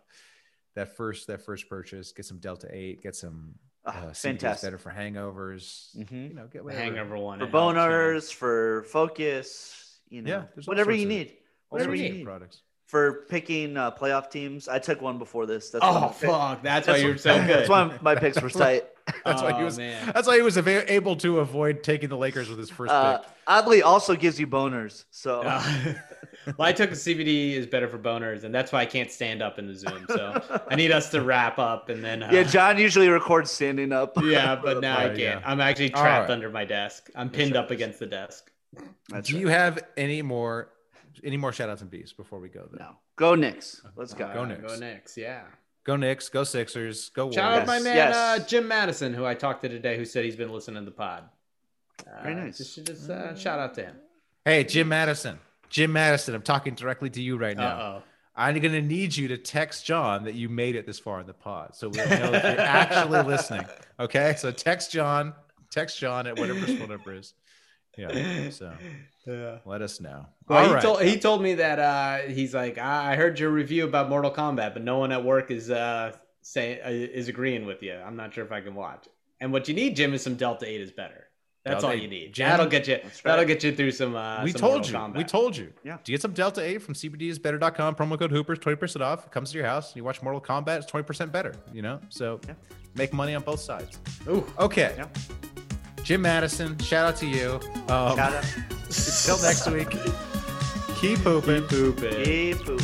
[SPEAKER 6] That first that first purchase. Get some Delta Eight. Get some
[SPEAKER 7] Ah,
[SPEAKER 6] uh, CBD is
[SPEAKER 7] fantastic.
[SPEAKER 6] better for hangovers.
[SPEAKER 7] Mhm.
[SPEAKER 6] You know, get
[SPEAKER 8] The
[SPEAKER 6] whatever.
[SPEAKER 8] hangover one.
[SPEAKER 7] For
[SPEAKER 8] it helps, man.
[SPEAKER 7] boners, for focus, you know,
[SPEAKER 6] Yeah, there's all
[SPEAKER 7] whatever
[SPEAKER 6] sorts
[SPEAKER 7] you
[SPEAKER 6] of-
[SPEAKER 7] need.
[SPEAKER 6] All
[SPEAKER 7] Whatever
[SPEAKER 6] sorts
[SPEAKER 7] you
[SPEAKER 6] of
[SPEAKER 7] need.
[SPEAKER 6] products.
[SPEAKER 7] For picking uh, playoff teams, I took one before this. That's why
[SPEAKER 8] Oh
[SPEAKER 7] my pick-
[SPEAKER 8] fuck! That's, why you're so good.
[SPEAKER 7] That's why my picks were tight.
[SPEAKER 6] That's why he
[SPEAKER 8] Oh,
[SPEAKER 6] was.
[SPEAKER 8] man.
[SPEAKER 6] That's why he was ava- able to avoid taking the Lakers with his first
[SPEAKER 7] Uh,
[SPEAKER 6] pick.
[SPEAKER 7] oddly, also gives you boners. So
[SPEAKER 8] Uh, well, I took the CBD is better for boners, and that's why I can't stand up in the Zoom. So I need us to wrap up, and then uh,
[SPEAKER 7] yeah, John usually records standing up.
[SPEAKER 8] yeah, but now I
[SPEAKER 6] Alright, yeah.
[SPEAKER 8] can't. I'm actually trapped
[SPEAKER 6] Alright.
[SPEAKER 8] under my desk. I'm pinned up against the desk.
[SPEAKER 7] That's
[SPEAKER 6] Do
[SPEAKER 7] right.
[SPEAKER 6] you have any more? Any more shout outs and bees before we go? Though?
[SPEAKER 7] No. Go Knicks. Let's go.
[SPEAKER 6] Go
[SPEAKER 8] Uh,
[SPEAKER 6] Knicks.
[SPEAKER 8] Go Knicks. Yeah.
[SPEAKER 6] Go Knicks. Go Sixers. Go
[SPEAKER 8] Shout out
[SPEAKER 6] Warriors.
[SPEAKER 8] my man
[SPEAKER 7] Yes.
[SPEAKER 8] uh, Jim Madison, who I talked to today, who said he's been listening to the pod.
[SPEAKER 7] Very
[SPEAKER 8] Uh,
[SPEAKER 7] nice.
[SPEAKER 8] Just, just uh, shout out to him.
[SPEAKER 6] Hey, Jim Madison. Jim Madison, I'm talking directly to you right now.
[SPEAKER 8] Uh oh.
[SPEAKER 6] I'm going to need you to text John that you made it this far in the pod. So we'll know if you're actually listening. Okay. So text John, text John at whatever his phone number is. Yeah. So
[SPEAKER 8] Yeah.
[SPEAKER 6] let us know.
[SPEAKER 8] Well,
[SPEAKER 6] All
[SPEAKER 8] he
[SPEAKER 6] right.
[SPEAKER 8] told he told me that uh, he's like I I heard your review about Mortal Kombat, but no one at work is uh, saying uh, is agreeing with you. I'm not sure if I can watch. And what you need, Jim, is some Delta Eight is better. That's
[SPEAKER 6] Delta
[SPEAKER 8] all
[SPEAKER 6] eight.
[SPEAKER 8] you need.
[SPEAKER 6] Jim,
[SPEAKER 8] that'll get you.
[SPEAKER 7] that's right.
[SPEAKER 8] That'll get you through some. Uh,
[SPEAKER 6] we
[SPEAKER 8] some
[SPEAKER 6] told
[SPEAKER 8] Mortal
[SPEAKER 6] you.
[SPEAKER 8] Kombat.
[SPEAKER 6] We told you.
[SPEAKER 7] Yeah.
[SPEAKER 6] Do you get some Delta 8 from CBDisbetter.com, promo code Hoopers, 20% off. It comes to your house and you watch Mortal Kombat, it's 20% better, you know? So
[SPEAKER 7] Yeah.
[SPEAKER 6] make money on both sides.
[SPEAKER 8] Ooh.
[SPEAKER 6] Okay.
[SPEAKER 7] Yeah.
[SPEAKER 6] Jim Madison, shout out to you. Um,
[SPEAKER 7] Shout out.
[SPEAKER 6] Till next week. Keep pooping.
[SPEAKER 8] Poop it.
[SPEAKER 7] Hey, poop.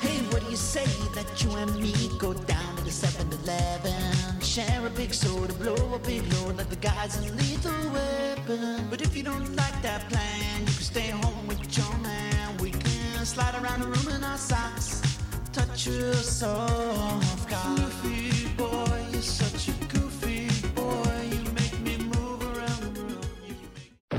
[SPEAKER 9] Hey, what do you say that you and me go down to the 7 Eleven? Share a big soda, blow a big load like the guys in Lethal Weapon. But if you don't like that plan, you can stay home with your man. We can slide around the room in our socks, touch your soft cock. Goofy boy, you're such a goofy boy. You make me move around the room. You make-